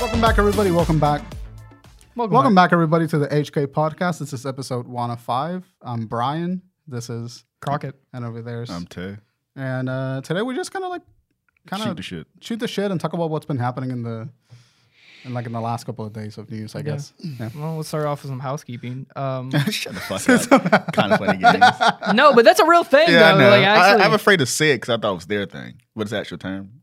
Welcome back, everybody. Welcome back. Welcome, Welcome back, everybody, to the HK podcast. This is episode 105. I'm Brian. This is, Crockett. and over there's, I'm Tay. and uh, today we just kind of like, kind Shoot of the shit. shoot the shit and talk about what's been happening in the, in like in the last couple of days of news, I guess. Yeah. Well, let's start off with some housekeeping. Um, Shut the fuck up. kind of funny games. no, but that's a real thing, Yeah, I though. know. Like, actually, I, I'm afraid to say it because I thought it was their thing. What's the actual term?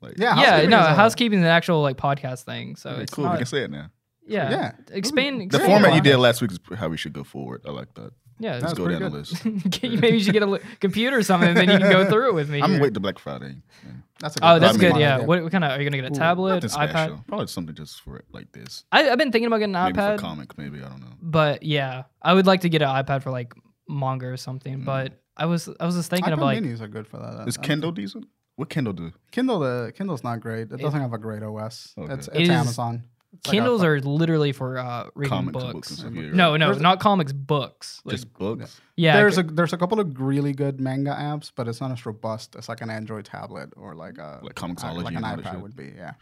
Like, Yeah. yeah, housekeeping no, is a- housekeeping is an actual like podcast thing. So okay, it's cool. not- we can say it now. yeah, Yeah. Expand, The expand format on you it. did last week is how we should go forward. I like that. Yeah, Let's was go pretty down the good. list. maybe you should get a li- computer or something, and then you can go through it with me. I'm here. waiting to Black Friday. Yeah. That's a Oh, that's I mean- good. idea. Yeah. What, what kind of are you gonna get a tablet, Nothing special. iPad? Probably something just for it like this. I, I've been thinking about getting an Maybe for iPad, comics, maybe. I don't know. but yeah, I would like to get an iPad for like manga or Hmm. something. But I was I was just thinking iPad of like minis are good for Uh, that. Is I- Kindle decent? What Kindle do? Kindle the Kindle's not great. It, doesn't have a great OS. Okay. It's, It it's is- Amazon. It's like Kindles a- are literally for uh, reading Comics books. and books and stuff. yeah, No, right. no, There's a- not comics, books. Like, Just books. yeah, there's a there's a couple of really good manga apps, but it's not as robust as like an Android tablet or like a Like Comixology like an and all that iPad shit. would be. Yeah,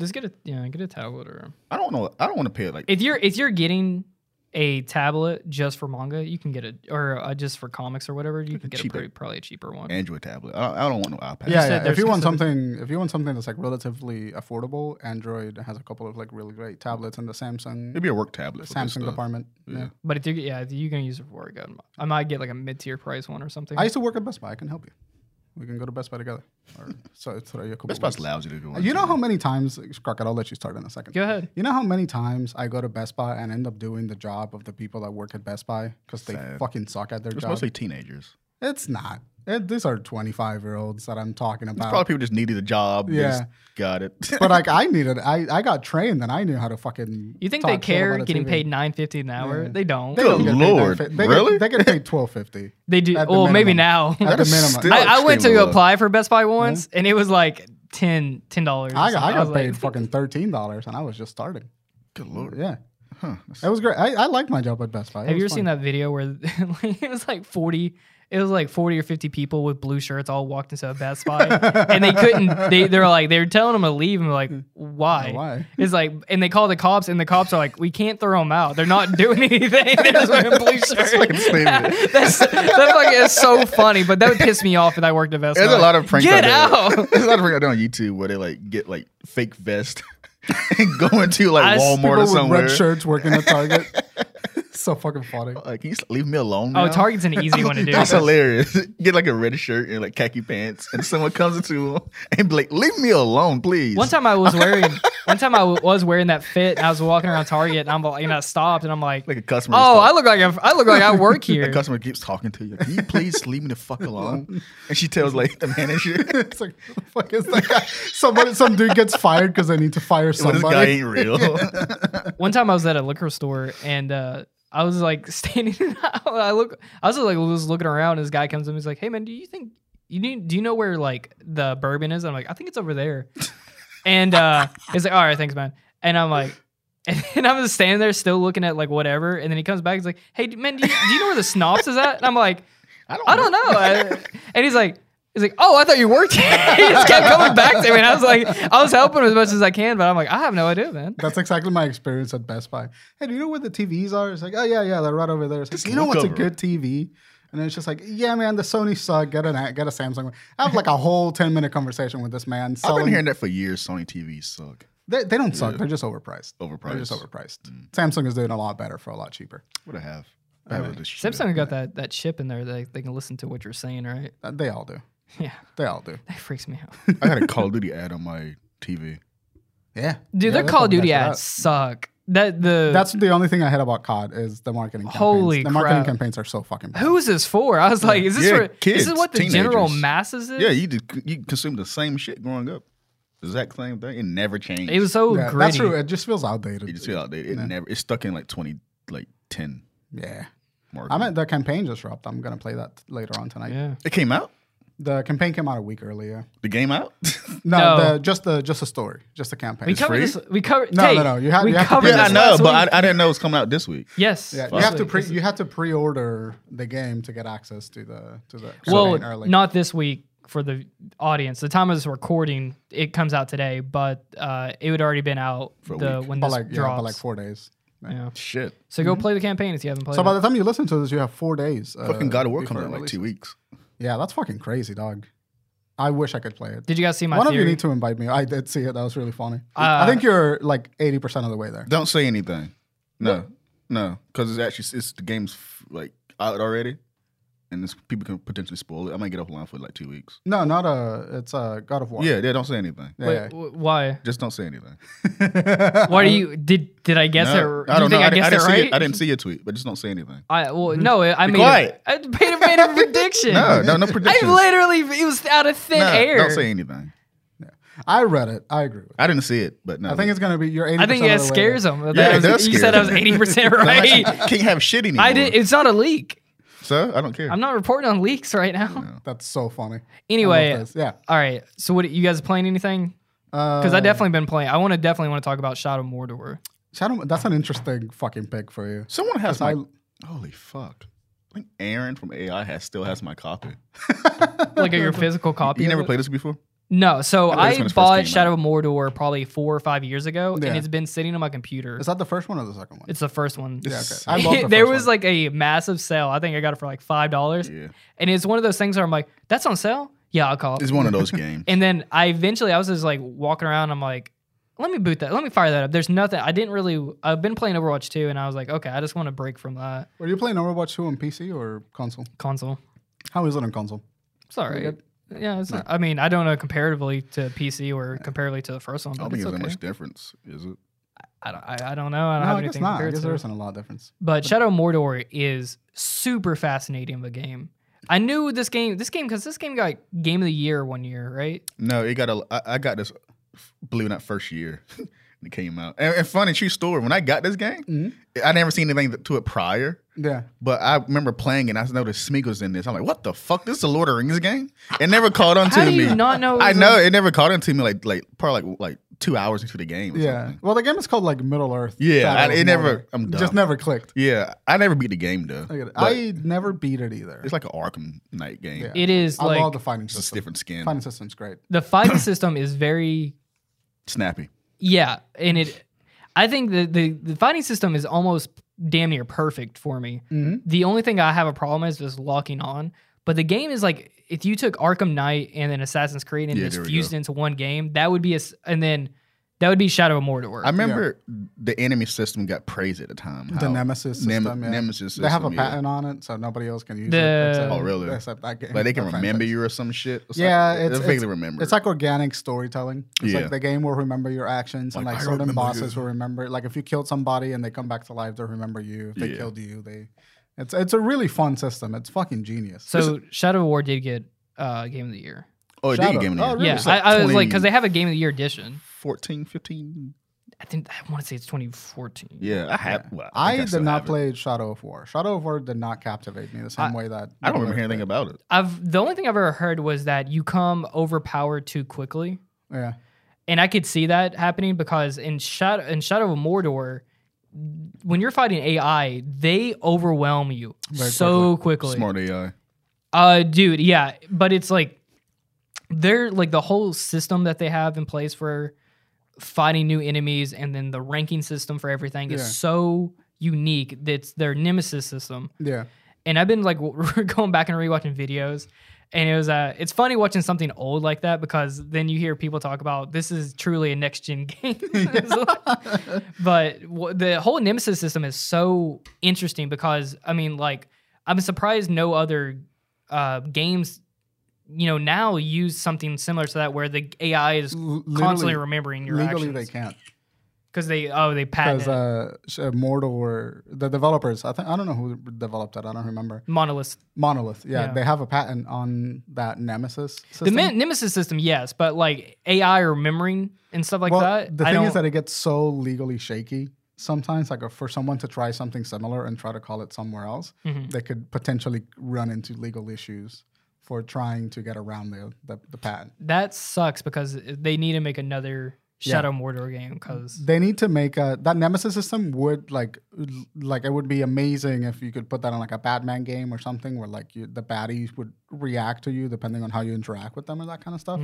just get a yeah, get a tablet or I don't know. I don't want to pay it like if you're if you're getting a tablet just for manga, you can get it or uh, just for comics or whatever, you can get a cheaper. pretty, probably a cheaper one. Android tablet. I, I don't want no iPad. yeah. said yeah. If there's- you you want said- something, if you want something that's like relatively affordable, Android has a couple of like really great tablets in the Samsung It'd be a work tablet. For Samsung Samsung department. department. Yeah. Yeah. But if you yeah, if you're gonna use it for work, I'd- I might get like a mid tier price one or something. I used to work at Best Buy. I can help you. We can go to Best Buy together. Or so it's throw you a couple Best Buy's weeks. lousy to go. You into. know how many times, Crockett, I'll let you start in a second. Go ahead. You know how many times I go to Best Buy and end up doing the job of the people that work at Best Buy because they Sad. fucking suck at their It's job. mostly teenagers. It's not. It, these are 25 year olds that I'm talking It's about. probably people just needed a job. they Yeah. just got it. but like I needed, I, I got trained and I knew how to fucking. You think talk they shit care about a getting TV. paid nine fifty an hour? Yeah. They don't. They They, Good don't get paid that lord, fit- they really? Get, they get paid 12.50 do. At the Well, maybe minimum. now. at That the is minimum. still- I, I went to extremely low. apply for Best Buy once, and it was like 10 dollars. I, I got, I got was paid like, fucking thirteen dollars and I was just starting. Good lord. Yeah, Huh. it was great. I, I like my job at Best Buy. It Have you ever was seen fun. that video where like, it was like forty? It was like forty or fifty people with blue shirts all walked into a Best Buy, and they couldn't. They they're like they were telling them to leave, and we're like, why? Why? It's like, and they call the cops, and the cops are like, we can't throw them out. They're not doing anything. They're just wearing blue shirts. There's That's that fucking is so funny, but that would piss me off if I worked at Best Buy. a lot of pranks. Get out. out. there. There's a lot of pranks out there on YouTube where they like get like fake vest and go into like I- Walmart People or with somewhere. red shirts working at Target. so fucking funny. Like, can you just leave me alone? Oh, now? Target's an easy one to do. That's hilarious. Get like a red shirt and like khaki pants, and someone comes into him and be like, "Leave me alone, please." One time I was wearing, one time I w- was wearing that fit. And I was walking around Target, and I'm like, and I stopped, and I'm like, like a customer. oh, I I look like a, I look like I work The here. customer keeps talking to you. Can you please leave me the fuck alone? And she tells like the manager, It's like, who the fuck is that guy? Somebody, some dude gets fired because they need to fire "This guy somebody. ain't real." One time I was at a liquor store, and uh, I was like standing. I look, I was like was looking around, and this guy comes up, and he's like, hey man, do you think you need, do you know where like the bourbon is? I'm like, I think it's over there. And uh, he's like, all right, thanks man. And I'm like. And I'm just standing there, still looking at like whatever. And then he comes back. He's like, "Hey, man, do you, do you know where the Snops is at?" And I'm like, I don't know. I- and he's like, he's like, oh, I thought you worked here. he just kept coming back to me, and I was like, I was helping him as much as I can, but I'm like, I have no idea, man. That's exactly my experience at Best Buy. Hey, do you know where the TVs are? It's like, oh yeah, yeah, they're right over there. It's like, you know look what's a over good TV? And then it's just like, yeah, man, the Sony suck. Get an get a Samsung. one. I have like a whole ten minute conversation with this man I've selling. been hearing that for years. Sony TVs suck. they, they don't suck. They're just overpriced. They're Overpriced. Mm. just overpriced. Samsung is doing a lot better for a lot cheaper. What I have. this shit. Samsung got that that chip in there that they can listen to what you're saying, right? Uh, They all do. Yeah, They all do. that freaks me out. I had a Call of Duty ad on my TV. Yeah, Dude, Yeah, their they Call of fucking Duty mess it ads up. suck. That the That's the only thing I had about COD is the marketing. Campaigns. Holy the marketing crap. campaigns are so fucking. Bad. who is this for? I was like, is this Yeah, for this is kids, what the general teenagers. masses is? Yeah, you did, you consumed the same shit growing up. The exact same thing. It never changed. it was so Yeah, gritty. that's true. It just feels outdated. It just feel outdated. It never. It's stuck in like twenty, like ten. yeah. Mark. I meant the campaign just dropped. I'm gonna play that later on tonight. Yeah. it came out. The campaign came out a week earlier. The game out. No, No. The, just the just the story, just the campaign. We covered free? this. We covered. No, Tate, no, no, you have- we you have to covered do this yeah, I that. know, last but week. I, I didn't know it was coming out this week. yes, yeah, you last have to week. pre you have to pre-order the game to get access to the to the Well, campaign early. not this week. for the audience. The time of this recording, it comes out today, but uh, it would already been out For a the week. when But this like, yeah, drops. but like four days. yeah. Shit. So go play the campaign if you haven't played. So by it. the time you listen to this, you have four days. uh, Fucking God of War before coming out it in like two releases. weeks. Yeah, that's fucking crazy, dog. I wish I could play it. Did you guys see my One theory? of you need to invite me. I did see it. That was really funny. Uh, I think you're like eighty percent of the way there. Don't say anything. No, no, because it's actually it's the game's f- like out already, and this people can potentially spoil it. I might get offline for like two weeks. No, not a. It's a God of War. Yeah, yeah. Don't say anything. yeah. Wait, yeah. wh- why? Just don't say anything. Why do you did? Did I guess No, it? Do you think I di- guessed didn't it see right? your- I didn't see your tweet, but just don't say anything. I well, no, I Be made quiet. A, I made a, made a prediction. No, no, no I predictions. literally it was out of thin No, air. Don't say anything. I read it. I agree. With it. I didn't see it, but no. I think it's gonna be you're eighty. I think that scares him. Yeah, it does you scare said I was him. eighty percent No, I right. can't have shit anymore. I did. It's not a leak. so I don't care. I'm not reporting on leaks right now. That's so funny. I love Anyway, this. yeah. all right. So what you guys playing anything? Because Uh, I Uh, definitely been playing. I want to definitely want to talk about Shadow of Mordor. Shadow, that's an interesting fucking pick for you. Someone has my. I- holy fuck! I think Aaron from AI has still has my copy. Like your physical copy. You of never it? played this before? No, so I played this I, when it first came bought out. Shadow of Mordor probably four or five years ago, Yeah. and it's been sitting on my computer. Is that the first one or the second one? It's the first one. Yeah, okay. I love the there first was one. like a massive sale. I think I got it for like five dollars, Yeah, and it's one of those things where I'm like, "That's on sale? Yeah, I'll call." it." it's one of those games. And then I eventually I was just like walking around. I'm like, let me boot that. Let me fire that up. There's nothing. I didn't really. I've been playing Overwatch 2, and I was like, okay, I just want to break from that Were you playing Overwatch 2 on PC or console? console. How is it on console? It's all right. good? Yeah, it's not, I mean, I don't know comparatively to PC or comparatively to the first one. I don't But think it's there's okay. that much difference, is it? I don't. I, I don't know. I don't No, have I guess anything not. I compared guess to. there isn't a lot of difference. But Shadow of Mordor is super fascinating of a game. I knew this game, this game, because this game got Game of the Year one year, right? No, it got a. I, I got this. Believe it or not, first year when it came out. And, and funny, true story. When I got this game, Mm-hmm. I never seen anything to it prior. Yeah. But I remember playing it. and I noticed Smeagol's in this. I'm like, what the fuck? This is a Lord of the Rings game. It never caught on to How do me. you not know? it I was know a- it never caught on to me. Like like probably like like two hours into the game. Or Yeah. Something. Well, the game is called like Middle Earth. Yeah, Shadow I- of it never- Mordor. I'm Just dumb. never clicked. Yeah, I never beat the game though. I, get it. But I never beat it either. it's like an Arkham Knight game. Yeah. It is I love like the fighting It's just system. different skin, Fighting system's great. the fighting system is very snappy. yeah, and it. I think the the, the fighting system is almost damn near perfect for me. Mhm. The only thing I have a problem is just locking on. But the game is like if you took Arkham Knight and then Assassin's Creed and Yeah, just there we fused go. into one game, that would be a s- and then that would be Shadow of Mordor. I remember the enemy system got praised at the time. The how- Nemesis Nem- system. yeah. Nemesis They have a system, yeah. patent on it, so nobody else can use The- it. except- Oh, really? Except that game. Like they can That's remember fantastic. you or some shit. It's Yeah, like, it's- I it's- vaguely remember. It's like organic storytelling. It's Yeah. like the game will remember your actions, and Like, like I certain remember bosses you. will remember. Like if you killed somebody and they come back to life, they'll remember you. If they Yeah. killed you, they. It's it's a really fun system. It's fucking genius. so Shadow of War did get uh, Game of the Year. oh, it did Shadow. get game of the Oh, Year. really? Yeah, It's like I, I was like, because 20 they have a Game of the Year edition. 14, 15. I think I want to say it's 2014. Yeah, I have. Well, I, I, think still did not have it. play Shadow of War. Shadow of War did not captivate me the same way that I don't remember anything about it. I've the only thing I've ever heard was that you come overpowered too quickly, Yeah, and I could see that happening because in Shadow in Shadow of Mordor, when you're fighting AI, they overwhelm you Very so quickly. Smart AI. Uh, dude, yeah, but it's like they're like the whole system that they have in place for fighting new enemies, and then the ranking system for everything Yeah. is so unique. That's their nemesis system. yeah. and I've been like going back and rewatching videos, and it was uh, it's funny watching something old like that because then you hear people talk about this is truly a next gen game, but w- the whole Nemesis system is so interesting because I mean like I'm surprised no other uh, games you know now use something similar to that where the AI is L- constantly literally- remembering your Legally, they actions can't because they oh they patent because it. uh, Sh- Mordor, the developers. I think I don't know who developed it. I don't remember. monolith Monolith. Yeah, Yeah. they have a patent on that Nemesis system. The men- Nemesis system, yes, but like AI or remembering and stuff like well, that. The I thing is don't- that it gets so legally shaky sometimes. Like, uh, for someone to try something similar and try to call it somewhere else, Mhm. they could potentially run into legal issues for trying to get around the the, the patent. that sucks because they need to make another Shadow Mordor game because They need to make a that Nemesis system would like l- like it would be amazing if you could put that on like a Batman game or something where like you, the baddies would react to you depending on how you interact with them and that kind of stuff.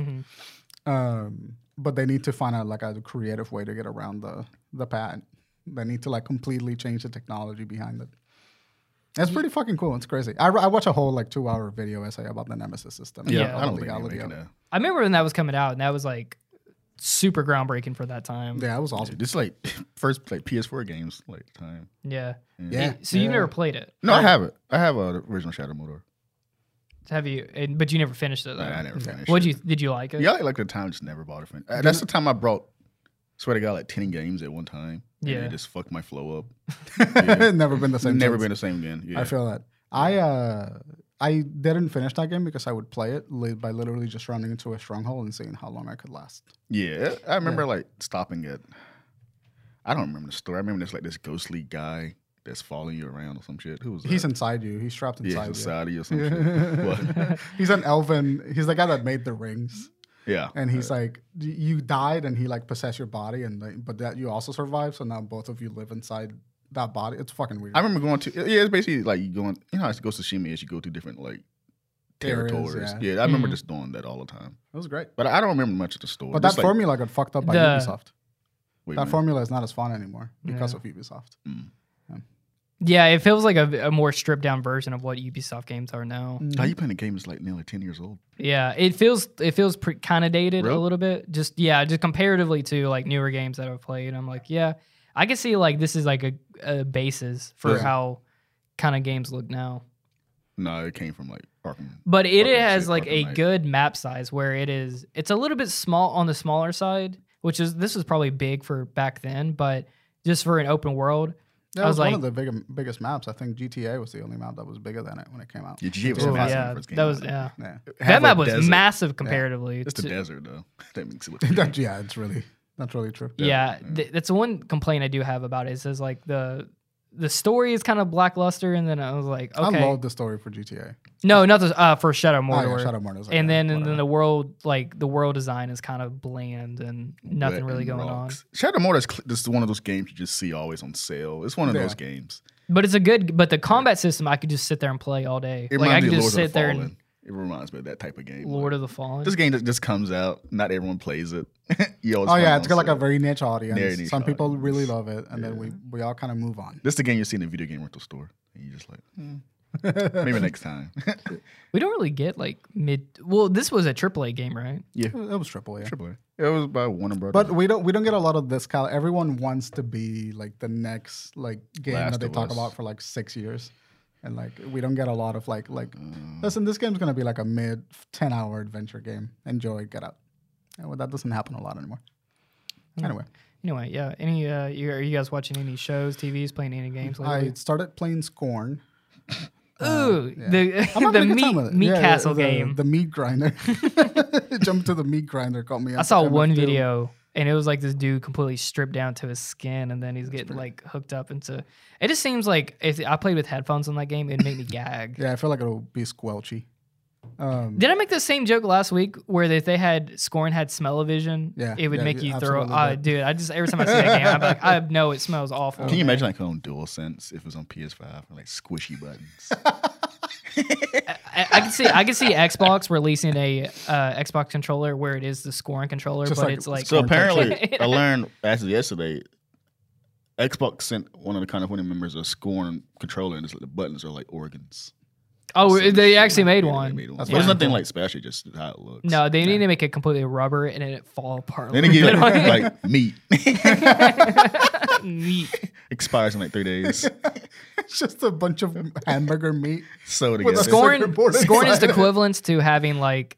Mm-hmm. Um, but they need to find out like a creative way to get around the the patent. They need to like completely change the technology behind it. It's pretty fucking cool. It's crazy. I, I watch a whole like two hour video essay about the Nemesis system. and Yeah, the I don't think legality they're of making it. a. I remember when that was coming out and that was like super groundbreaking for that time. Yeah, it was awesome. This is like first like PS4 games like time. Yeah. Yeah. So yeah. you've never played it, No, I have it. I have uh, the original Shadow Mordor. have you? And, but you never finished it. Though. I, I never finished. What it. you did? You like it? Yeah, I, like the time just never bought a friend. Uh, That's the time I brought. Swear to God, like ten games at one time. and Yeah. it just fucked my flow up. Never been the same. Never since. been the same again. Yeah. I feel that. I uh I didn't finish that game because I would play it li- by literally just running into a stronghold and seeing how long I could last. Yeah, I remember like stopping at. I don't remember the story. I remember there's like this ghostly guy that's following you around or some shit. Who was He's that? inside you. He's trapped yeah, inside he's you. inside of you or some shit. But, he's an elven. He's the guy that made the rings, yeah, Uh, and he's like, y- you died, and he like possessed your body, and like, but that you also survived. So now both of you live inside that body. It's fucking weird. I remember going to. Yeah, it's basically like you going. You know, how it's Ghost of Tsushima is you go to different like Areas, territories. yeah. yeah. I remember Mhm. just doing that all the time. it was great, But I don't remember much of the story. but that Just, like, formula got fucked up by The- Ubisoft. wait a That minute. formula is not as fun anymore because Yeah. of Ubisoft. Yeah, it feels like a, a more stripped down version of what Ubisoft games are now. How you playing a game that's like nearly ten years old? Yeah, it feels it feels pre- kind of dated a Really? little bit. Just yeah, just comparatively to like newer games that I've played, I'm like, yeah, I can see like this is like a, a basis for Yeah. how kind of games look now. No, it came from like Arkham. But it Fucking has shit, like a fucking nice. good map size where it is it's a little bit small on the smaller side, which is this was probably big for back then, but just for an open world, That I was, was one of the big, biggest maps. I think GTA was the only map that was bigger than it when it came out. Yeah, GTA was Ooh, massive when it yeah, first came that was out. yeah. Yeah. It had, That like, map was desert. massive comparatively. It's the to- desert though. That makes it look. That- yeah, it's really that's really true. yeah, th- that's the one complaint I do have about it. Is says like the the story is kind of blackluster, and then I was like, okay, I love the story for GTA. no, not the uh, for Shadow Oh, yeah, Mordor. Shadow Mordor's like and that. then and then the world like the world design is kind of bland and nothing wet really and going rocks. Shadow Mordor is cl- just one of those games you just see always on sale. It's one of Yeah. those games. on. But it's a good. But the combat system, I could just sit there and play all day. It like I reminds could me of just Lord of sit the there Fallen. and It reminds me of that type of game. Lord of the Fallen. this game that just comes out. Not everyone plays it. you always oh find yeah, it it's on got like a sale. very niche audience. Very niche Some people audience. really love it, and then we we all kind of move on. This is the game you see in the video game rental store, and you just like hmm, maybe next time. we don't really get like mid. Well, this was a AAA game, right? It was triple, yeah. Triple A. It was by Warner Brothers. But we don't we don't get a lot of this kind. Everyone wants to be like the next like game Last that they of talk Us. about for like six years, and like we don't get a lot of like like. Mm. Listen, this game's gonna be like a mid ten hour adventure game. Enjoy, get out. And well, that doesn't happen a lot anymore. Mm, Anyway, Anyway, yeah. Any uh, you, are you guys watching any shows, TVs, playing any games I lately? started playing Scorn. Ooh, I'm the having the a good time with meat, it. meat Yeah, yeah, castle the- game. The meat grinder. Jumped to the meat grinder, caught me. I saw one video and it was like this dude completely stripped down to his skin and then he's getting like hooked up into it just seems like if I played with headphones on that game, it'd make me gag. Yeah, I feel like it'll be squelchy. Um, Did I make the same joke last week where if they had Scorn had smell vision, Yeah, it would yeah, make you you throw absolutely uh, did. dude, I just every time I see that game, I'm like, I know it smells awful. Can you imagine like on DualSense if it was on PS5 and like squishy buttons? I, I can see I can see Xbox releasing a uh, Xbox controller where it is the scoring controller, Just but like- it's like so apparently, texture. I learned as of yesterday, Xbox sent one of the California members a Scorn controller, and it's like the buttons are like organs. oh Some they shit. actually made Yeah, they one. made one. That's But it's fine. nothing like special, just how it looks. No, they need to make it completely rubber and then it fall apart. a Then little again, bit on like, you. like meat Neat. expires in like three days. it's just a bunch of hamburger meat. So Well, together, the Scorn- Scorn, Scorn is scorn is the like- equivalence to having like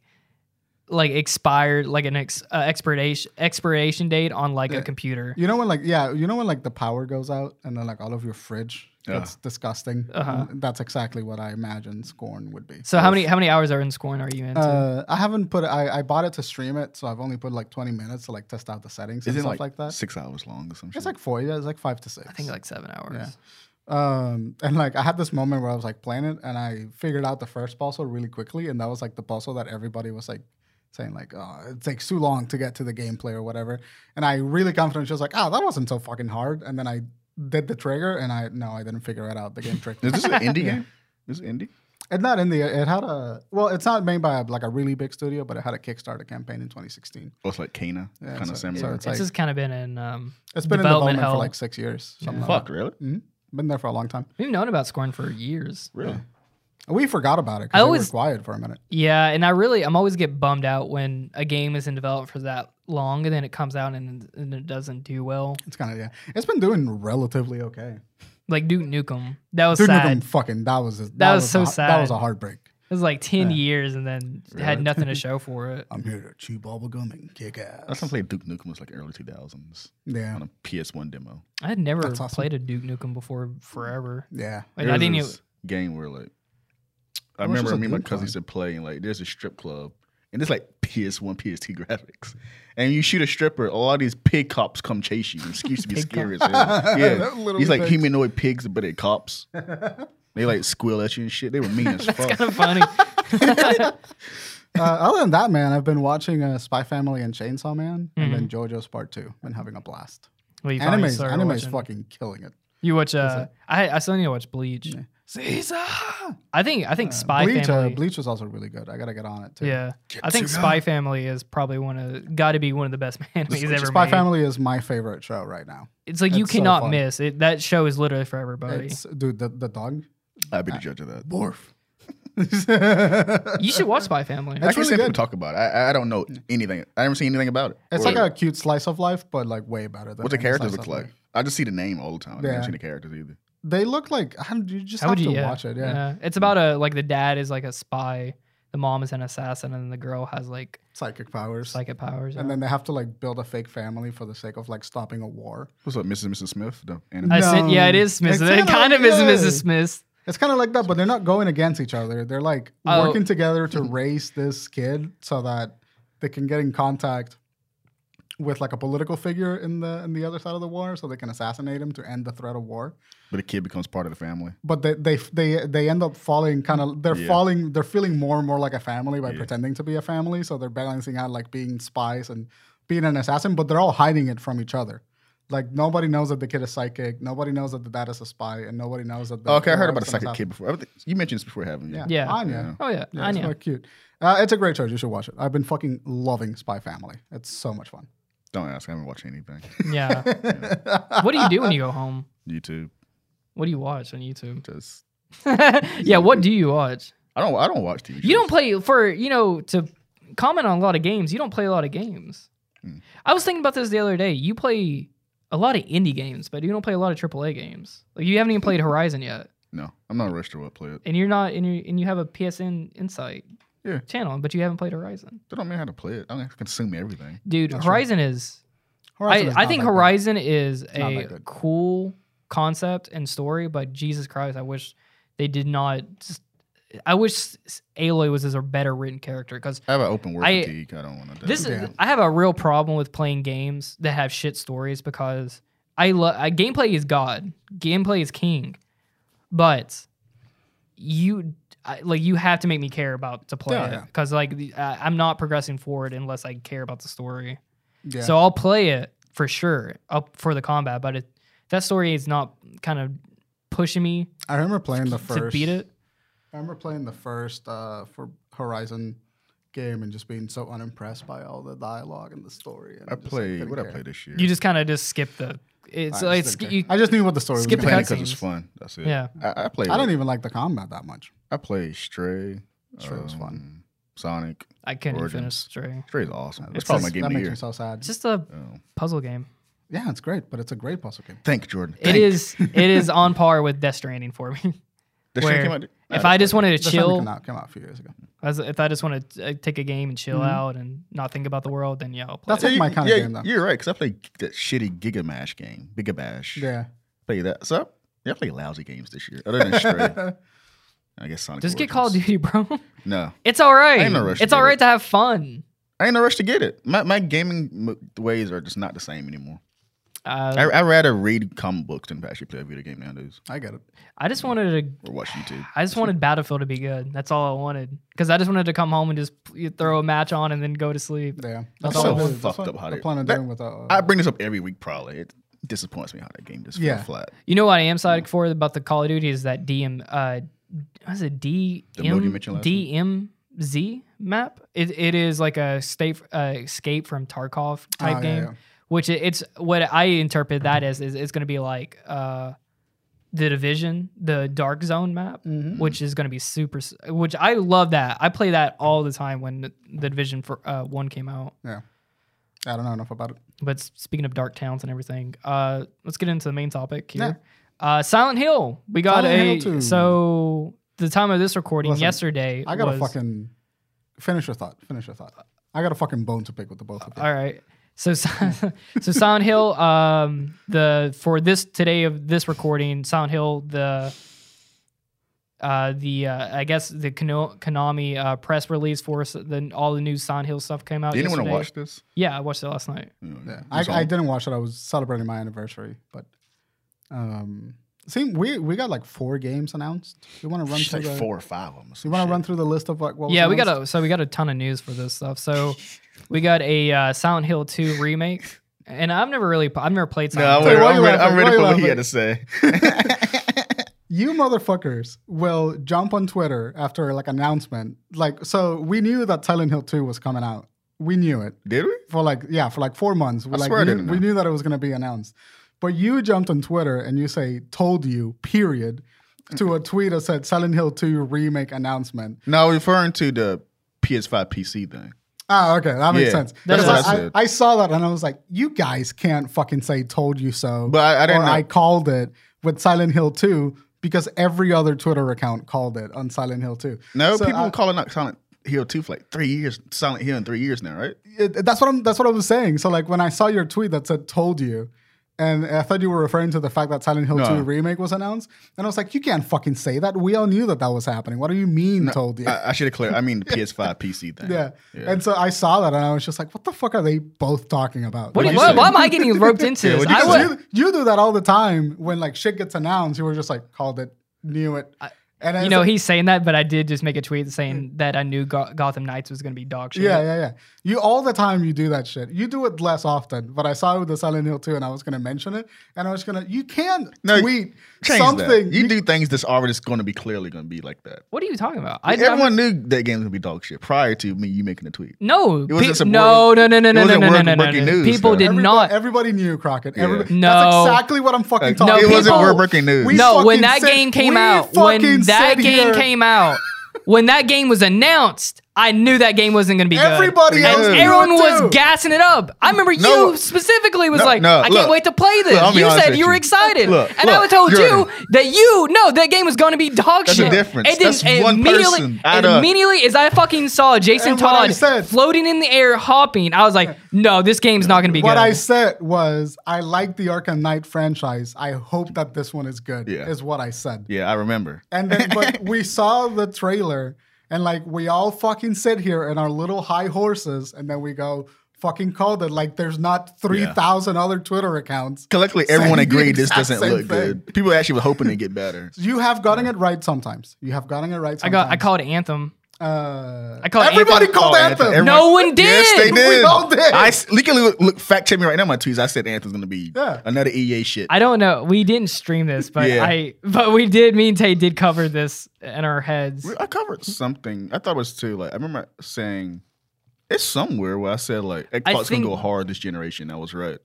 like expired like an ex, uh, expiration expiration date on like a computer. You know when like yeah, you know when like the power goes out and then like all of your fridge gets disgusting. Uh-huh. That's exactly what I imagine Scorn would be. So how many how many hours are in Scorn are you into? Uh, I haven't put. I, I bought it to stream it, so I've only put like 20 minutes to like test out the settings and isn't stuff like, like, that. six hours long or something. It's like four. Yeah, it's like five to six. I think like seven hours. Yeah. Um, and like I had this moment where I was like playing it and I figured out the first puzzle really quickly, and that was like the puzzle that everybody was like saying like, "Oh, it takes too long to get to the gameplay or whatever," and I really confident she was like, "Ah, that wasn't so fucking hard," and then I did the trigger and I no, I didn't figure it out. The game tricked. me. Is this an indie Yeah. game? Is it indie? It's not in the. It had a well. It's not made by like a really big studio, but it had a Kickstarter campaign in 2016. Oh, it's like Kana, Yeah, kind so- of similar. so It's, it's like- just kind of been in. Um, It's been in Development development hell. for like six years. Something Yeah. like Fuck, really? that. Mhm. Been there for a long time. we've known about Scorn for years. Really? We forgot about it. I I always- always quiet for a minute. Yeah, and I really, I'm always get bummed out when a game is in development for that long, and then it comes out and, and it doesn't do well. It's kind of yeah. It's been doing relatively okay. Like Duke Nukem, that was Dude, sad. Nukem fucking that was a, that, was so a, That was sad. a heartbreak. It was like ten Yeah. years, and then had Really? nothing to show for it. I'm here to chew bubble gum and kick ass. That's when I played Duke Nukem was like early 2000s yeah, on a PS1 demo. I had never That's awesome. played a Duke Nukem before forever. yeah. Like, There I was didn't. e-, Even, this game where like I How much is remember a me and my Duke cousin one? used to play and like there's a strip club and it's like PS1, PST graphics. And you shoot a stripper, all these pig cops come chase you. It's used to be Pig scary as hell. Yeah. They're little He's like pigs. humanoid pigs, but they're cops. They like squeal at you and shit. They were mean as that's fuck. kind of funny. Uh, other than that, man, I've been watching uh, Spy Family and Chainsaw Man, Mhm. and then JoJo's Part Two. Been having a blast. Well, you finally Anime's started anime's watching- fucking killing it. You watch. Uh, I I still need to watch Bleach. Caesar. I think I think Uh, Spy Bleach, uh, Family. Bleach was also really good. I gotta get on it too. yeah, I think Getsuga. Spy Family is probably one of got to be one of the best animes ever Spy made. Family is my favorite show right now. It's like you It's so cannot fun. miss it. That show is literally for everybody. It's dude, the, the dog. I'd be the judge of that. Borf. you should watch Spy Family. That's I can't really say people good. talk about it. I, I- I don't know anything. I haven't seen anything about it. It's Or like a cute slice of life, but like way better. Than what the any characters slice look of like. life. I just see the name all the time. I've Yeah. never seen the characters either. They look like I don't, you just How have would to you yeah. watch it. Yeah. it's about a like the dad is like a spy, the mom is an assassin, and the girl has like psychic powers, psychic powers. and then they have to like build a fake family for the sake of like stopping a war. What's up, Mrs. and Mrs. Smith? The anime. I said, yeah, it No. is Smith. It's It kinda kind of like- is yeah. Mrs. Smith. It's kind of like that, but they're not going against each other. They're like Oh. working together to raise this kid so that they can get in contact with like a political figure in the in the other side of the war, so they can assassinate him to end the threat of war. But the kid becomes part of the family. But they they they, they end up falling kind of they're Yeah. falling they're feeling more and more like a family by Yeah. pretending to be a family. So they're balancing out like being spies and being an assassin, but they're all hiding it from each other. Like nobody knows that the kid is psychic, nobody knows that the dad is a spy, and nobody knows that. The Oh, Okay, I the heard about wife's the an psychic assassin. kid before. I think- You mentioned this before, haven't you? Yeah, Yeah. Anya. Oh yeah, Yeah, I it's know. quite cute. Uh, it's a great show. You should watch it. I've been fucking loving Spy Family. It's so much fun. Don't ask. I haven't watched anything. yeah. What do you do when you go home? YouTube. What do you watch on YouTube? Just yeah, what do you watch? I don't. I don't watch TV. You don't play for you know to comment on a lot of games. You don't play a lot of games. Hmm. Mm. I was thinking about this the other day. You play a lot of indie games, but you don't play a lot of AAA games. Like you haven't even played Horizon yet, No, I'm not rushed to what play it. and you're not, and you and you have a PSN Insight Yeah. channel, but you haven't played Horizon, They don't know how to play it. I don't consume everything. dude. That's right. Horizon is. Horizon is I, I not think that good. Horizon is not that a good. cool concept and story, but Jesus Christ, I wish they did not. Just, I wish S- S- Aloy was as a better written character because I have an open world I- fatigue. I don't want to. This Yeah. is I have a real problem with playing games that have shit stories because I love gameplay is god, gameplay is king, but you I, like you have to make me care about to play Yeah, it Oh, yeah. because like the- I, I'm not progressing forward unless I care about the story. Yeah. So I'll play it for sure up for the combat, but it, that story is not kind of pushing me I remember playing the to first. beat it. I remember playing the first uh, for Horizon game and just being so unimpressed by all the dialogue and the story. And I just, like, played. didn't What I care. played this year. You just kind of just skip the it's I it's just, didn't you, care. I just knew what the story skip was. the gonna playing be. because it's cutscenes. fun. That's it. yeah. e- I, I played. I don't even like the combat that much. I played Stray. Stray was fun. um, Sonic. I couldn't even finish Origins. Stray. Stray's awesome. That's It's probably my just- game That of the makes year. me so sad. It's just a Um, puzzle game. yeah, it's great, but it's a great puzzle game. Thank you, Jordan. It is it is on par with Death Stranding for me. The Stray where came out- Nah, if that's I just fine. wanted to That's when it chill, came out, came out a few years ago. as, if I just want to uh, take a game and chill out and not think about the world, then yeah, I'll Mm-hmm. play. That's like it. my kinda yeah, game, though. You're right, because I played that shitty Giga Mash game, Giga Bash. Yeah. play that. So yeah, I play lousy games this year. Other than Stray, I guess Sonic. Just get Call of Origins. Duty, bro. No, It's all right. ain't no rush to It's get all right it. to have fun. I ain't in a rush to get it. My my gaming m- ways are just not the same anymore. Uh, I I rather read comic books than actually play a video game nowadays I get it. I just wanted to. or watch YouTube. I just wanted Battlefield to be good. That's all I wanted because I just wanted to come home and just p- throw a match on and then go to sleep. Yeah, That's what so I did- fucked what up how I they- plan on that- doing with uh, I bring this up every week probably. It disappoints me how that game just fell Yeah. flat. You know what I am psyched for about the Call of Duty is that DM. Uh, what is it? DM, The mode you mentioned last week? DMZ map. It, it is like a state uh, escape from Tarkov type Ah, yeah, game, yeah. which it, it's what I interpret that as is it's going to be like uh, the division, the Dark Zone map, Mm-hmm. which is going to be super. s- Which I love that. I play that all the time when the, the division for uh, one came out. Yeah, I don't know enough about it. But s- speaking of dark towns and everything, uh, let's get into the main topic here. Uh, Silent Hill. We got Silent a Hill two. so the time of this recording Listen, yesterday. I got was, a fucking finish your thought. Finish your thought. I got a fucking bone to pick with the both of you. All right. So Si- so Silent Hill. Um, the for this today of this recording, Silent Hill the. Uh, the uh, I guess the Kono- Konami uh, press release for us, then all the new Silent Hill stuff came Oh, out. Did anyone yesterday. watch this? Yeah, I watched it last night. Yeah, You I, saw I it? didn't watch it. I was celebrating my anniversary, but um, same. We we got like four games announced. You want to run She's through like the, four or five of them. You want to run through the list of like what? was yeah, we got announced? a so we got a ton of news for this stuff. So we got a uh, Silent Hill 2 remake, and I've never really I've never played No, I'm Silent Wait, ready, why you I'm ready, laughing? I'm ready Why for you what he had to laughing? say. you motherfuckers will jump on Twitter after like announcement. Like, so we knew that Silent Hill Two was coming out. We knew it Did we? for like yeah for like four months. We I like swear I knew, didn't we know. knew that it was gonna be announced, but you jumped on Twitter and you say "told you" period to a tweet that said Silent Hill Two remake announcement. No, referring to the PS5 PC thing. Oh, okay, that makes Yeah, sense. that's Because what I I, said. I, saw that and I was like, you guys can't fucking say "told you so," But I, I or didn't know. I called it with Silent Hill Two. Because every other Twitter account called it on Silent Hill 2. no, So people I- were calling out Silent Hill 2 for like three years. Silent Hill in three years now, right? it, that's what I'm. That's what I was saying. So like when I saw your tweet that said "told you," and I thought you were referring to the fact that Silent Hill No. Two remake was announced, and I was like, "You can't fucking say that. We all knew that that was happening. What do you mean told you?" I, I should have cleared. I mean, the PS5 PC thing. yeah. Yeah. And so I saw that, and I was just like, "What the fuck are they both talking about?" What, Like, do you- you why, say? why am I getting roped into Yeah, this? what'd you I say? would- you, you do that all the time when like shit gets announced. You were just like, "Called it, knew it," and you it's know, like- he's saying that, but I did just make a tweet saying that I knew Go- Gotham Knights was going to be dog shit. Yeah, yeah, yeah. You all the time you do that shit. You do it less often, but I saw it with the Silent Hill 2 and I was gonna mention it. And I was gonna you can No, tweet Change something. That. You, do things that's already going to be clearly going to be like that. What are you talking about? I, Everyone I'm- knew that game's going to be dog shit prior to me you making a tweet. no, wasn't pe- some no, work- no, no, no, it no, no, wasn't no, no, work- no, no, breaking no. news, People though. did everybody, not. everybody knew Crockett. Yeah. Everybody, No. That's exactly what I'm fucking Like, talking no, about. it wasn't people- worth breaking news. we no, fucking when that said- game came we out, when fucking that said game here- came out, when that game was announced, I knew that game wasn't going to be good. Everybody and else knew everyone it was too. gassing it up. I remember No. you specifically was No, like, no, "I can't look. wait to play this." Look, I'll be you honest said with you were you. excited, Look, and I look, told you Jordan. that you know that game was going to be dog That's the shit. difference. It didn't, That's one immediately, person and out of- immediately as I fucking saw Jason And what I Todd said- floating in the air hopping, I was like, "No, this game's not going to be What good." I said was, I like the Arkham Knight franchise. I hope that this one is good. Yeah. Is what I said. Yeah, I remember. And then, but we saw the trailer, and like we all fucking sit here in our little high horses, and then we go fucking called it. Like there's not three thousand other Twitter accounts. Collectively, Same everyone agreed this exact doesn't same look good. People actually were hoping to get better. You have gotten it right sometimes. You have gotten it right. I Sometimes. got I called it Anthem. Uh, I called it everybody Anthem. called Oh, Anthem. Anthem. No one did. Yes, they did. We all did. I s- legally look, look, fact check me right now. My tweets. I said Anthem's gonna be Yeah. another EA shit. I don't know. We didn't stream this, but Yeah. I but we did. Me and Tay did cover this in our heads. I covered something. I thought it was too. Like I remember saying it's somewhere where I said like Xbox think- gonna go hard this generation. I was right.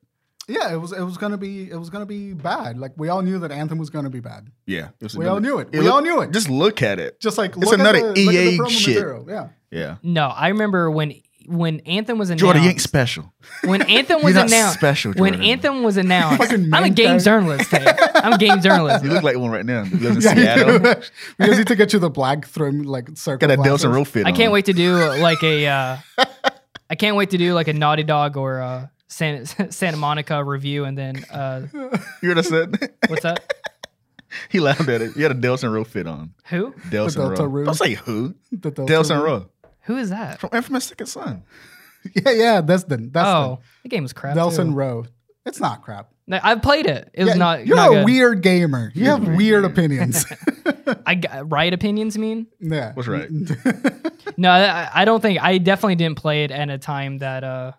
yeah, it was it was gonna be it was gonna be bad. Like we all knew that Anthem was gonna be bad. Yeah, it was We all knew it. We look- all knew it. Just look at it. Just like It's look another at the, look at the EA promo shit. Material. Yeah, Yeah, No, I remember when when Anthem was announced. Jordan, you ain't special. when Anthem was You're not announced. special, when Jordan. Anthem was announced. Fucking I'm a man game card. journalist. Tay. I'm a game journalist. You look like one right now. You live in you Seattle. do. we just need to get you the black trim like circle. Got a glasses. Delta Row fit. I can't on. wait to do like a. Uh, I can't wait to do like a Naughty Dog or a Santa, Santa Monica review, and then uh, You heard what I said? what's that? he laughed at it. You had a Delson Row fit on. Who? Delson Delta Row. Row. Don't say who. The Delta Delson Row. Row Who is that? from Infamous Second Son. Yeah, yeah, that's the that's Oh, the game was the crap. too. Delson Row. It's not crap. No, I've played it. It was Yeah, not. You're not a good. weird gamer. You You're have a weird weird gamer. opinions. I g- right opinions you mean? yeah. What's right? No, I, I don't think. I definitely didn't play it at a time that. uh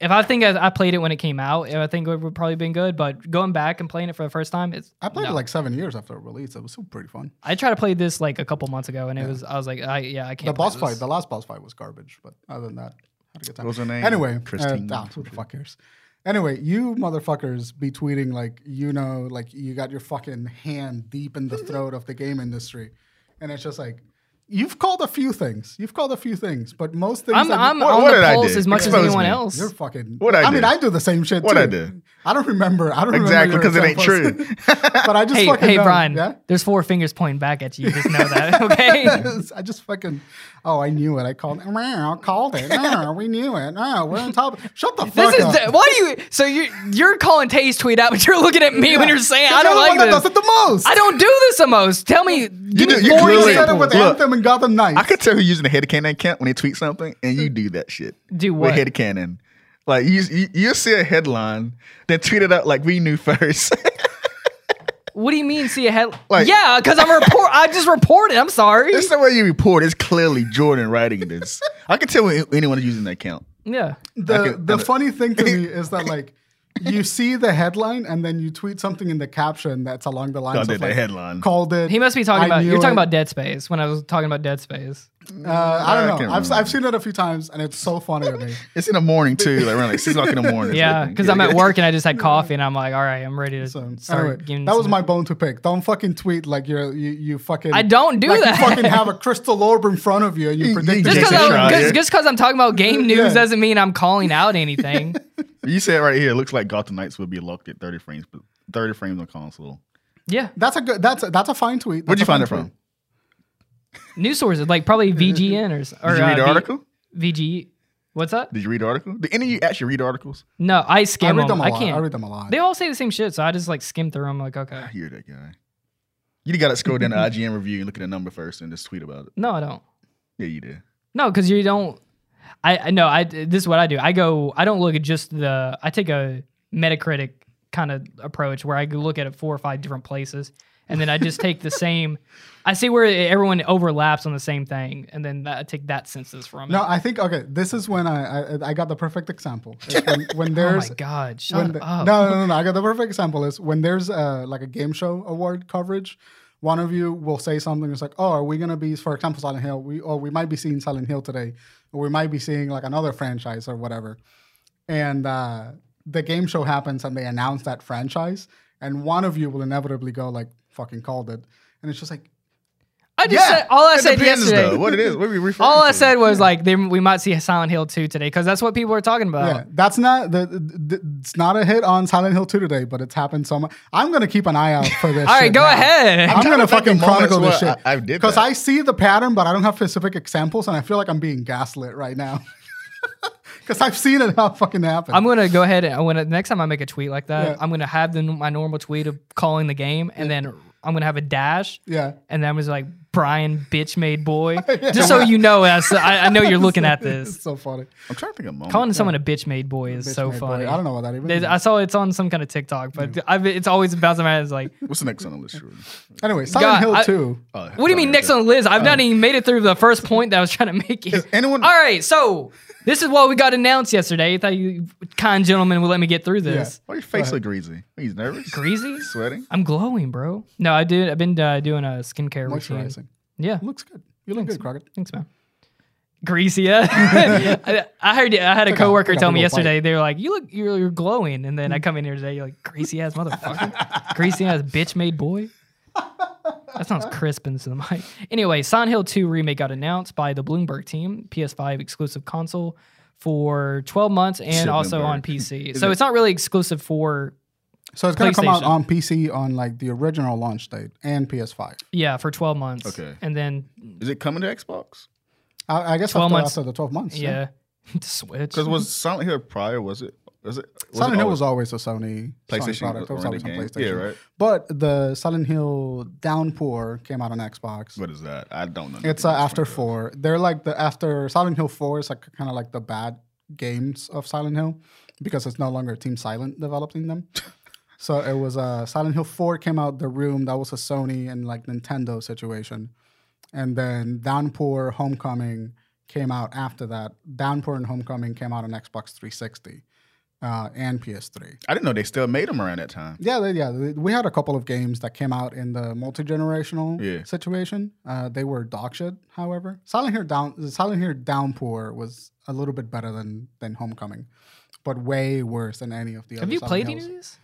If I think I, I played it when it came out, I think it would probably been good. But going back and playing it for the first time, it's. I played no. it like seven years after it released. It was still pretty fun. I tried to play this like a couple months ago, and it Yeah. was. I was like, I yeah, I can't. the play boss this. fight, the last boss fight was garbage, but other than that, had a good What time. was her name? Anyway, uh, Christine. ah, who the fuck cares? Anyway, you motherfuckers be tweeting like you know, like you got your fucking hand deep in the throat of the game industry, and it's just like you've called a few things, you've called a few things, but most things. I'm, that you- I'm What- on what the did I pulse do? as much as Expose anyone me. else. you're fucking. What I mean, do? I do the same shit. What too. I do? I don't remember. I don't Exactly, remember because it your ain't examples. true. but I just Hey, fucking hey, know. Brian. Yeah? There's four fingers pointing back at you. Just know that, okay? I just fucking. Oh, I knew it. I called. I called it. No, we knew it. No, we're on top. of- Shut the fuck This is up. the, why you. So you you're calling Tay's tweet out, but you're looking at me when Yeah. you're saying Because I you're don't the one like that this. does it the most. I don't do this the most. Tell me, give do- me you four clearly- said it examples. with Look. Anthem and Gotham Knights. I could tell who using the head of cannon count when they tweet something, and you do that shit. Do With what? head cannon. Like you, you, you see a headline, then tweet it out like we knew first. What do you mean? See a head? Like- yeah, because I'm report. I just reported. I'm sorry. it's the way you report. It's clearly Jordan writing this. I can tell when anyone is using that account. Yeah. the could- the I could- funny thing to me is that like you see the headline and then you tweet something in the caption that's along the lines Called of it the like, headline. Called it. He must be talking I about. knew You're talking it. about Dead Space when I was talking about Dead Space. Uh, I I don't can't know. I've, s- remember. I've seen it a few times and it's so funny to me. It's in the morning too, like around like six o'clock in the morning. Yeah, Like, because I'm at work and I just had coffee and I'm like, all right, I'm ready to So, start anyway, giving. that was some- my bone to pick. Don't fucking tweet like you're you, you fucking. I don't do like that. You fucking have a crystal orb in front of you. and You You- predict. you the Just because Jason I'm, Schreier. just- just 'cause I'm talking about game news Yeah. doesn't mean I'm calling out anything. You said right here, it looks like Gotham Knights will be locked at 30 frames, but 30 frames on console. yeah, That's a good. That's a, that's a fine tweet. Where'd That's you a fine find it tweet. from? news sources like probably VGN or s- or Did you uh, read the V- article? VG. What's that? Did you read the article? Did any of you actually read articles? No, I skim I read them. them a I lot. can't. I read them a lot. they all say the same shit, so I just like skim through them. Like, okay, I hear that guy. You got to scroll down to IGN review and look at the number first and just tweet about it. no, I don't. Yeah, you did. No, because you don't. I I- no. I this is what I do. I go. I don't look at just the. I take a Metacritic kind of approach where I go look at it four or five different places, and then I just take the same. I see where everyone overlaps on the same thing, and then that, I take that census from. No, it. I think okay. This is when I I, I got the perfect example. It's when, when there's oh my god! when Shut the- up. no no no no. I got the perfect example is when there's uh like a game show award coverage. One of you will say something. It's like, oh, are we gonna be, for example, Silent Hill? We or we might be seeing Silent Hill today, or we might be seeing like another franchise or whatever. And uh, the game show happens, and they announce that franchise, and one of you will inevitably go like, fucking called it, and it's just like, I just said all I it said depends, yesterday. Though. What it is? What are we referring All I to? said was like, they, we might see Silent Hill 2 today because that's what people are talking about. Yeah, that's not the, the- the- It's not a hit on Silent Hill Two today, but it's happened so much. I'm gonna keep an eye out for this. All right, shit go now. ahead. I'm, trying gonna to think of fucking chronicle this moments where shit. I- I did because that. I see the pattern, but I don't have specific examples, and I feel like I'm being gaslit right now. Because I've seen it how it fucking happen. I'm gonna go ahead and when the next time I make a tweet like that, Yeah. I'm gonna have the, my normal tweet of calling the game, and then I'm gonna have a dash, yeah, and then I'm just like Brian bitch made boy, just so you know, as I, I know you're looking at it's this. so funny. I'm trying to think of moments. Calling someone a bitch made boy is Bitch so made boy. funny. I don't know what that even. There's- I means. saw it's on some kind of TikTok, but I've, it's always bouncing my head. It's like, What's the next on the list, Jordan? Anyway, Silent God, Hill I- Two. Oh, what do you mean next on the list? I've Uh. not even made it through the first point that I was trying to make. It. anyone- All right, so this is what we got announced yesterday. I thought you kind gentlemen would let me get through this. Why your face so greasy? Are you nervous? Greasy. Sweating? I'm glowing, bro. No, I did. I've been uh, doing a skincare routine. Moisturizing. Yeah, Looks good. You look good, Crockett. thanks, man. Greasy. Yeah, I, I heard. I had a coworker think I tell me will bite. yesterday. They were like, "You look, you're, you're glowing," and then I come in here today. You're like, "Greasy ass motherfucker, greasy ass bitch made boy." That sounds crisp into the mic. Anyway, Silent Hill 2 remake got announced by the Bloomberg team, PS5 exclusive console for 12 months, and also on Bloomberg. PC. Is so it- it's not really exclusive for So it's gonna come out PlayStation. on PC on like the original launch date and PS5. yeah for 12 months. Okay. and then Is it coming to Xbox? I, I guess 12 after, months. after the 12 months. yeah, to Switch. Because was Silent Hill prior? Was it? Was it? Was Mm-hmm. Silent it Hill always was always a Sony Sony PlayStation product. It was always on oriented PlayStation. game? Yeah, right. But the Silent Hill Downpour came out on Xbox. What is that? I don't know. It's uh, after four. They're like the after Silent Hill four is like kind of like the bad games of Silent Hill because it's no longer Team Silent developing them. So it was uh, Silent Hill 4 came out the room. That was a Sony and like Nintendo situation. And then Downpour Homecoming came out after that. Downpour and Homecoming came out on Xbox 360 uh, and PS3. I didn't know they still made them around that time. Yeah, they, yeah. they- We had a couple of games that came out in the multi generational Yeah. situation. Uh, they were dog shit, however. Silent Hill Down Silent Hill Downpour was a little bit better than than Homecoming, but way worse than any of the Have other. you Silent played any Hills. of these?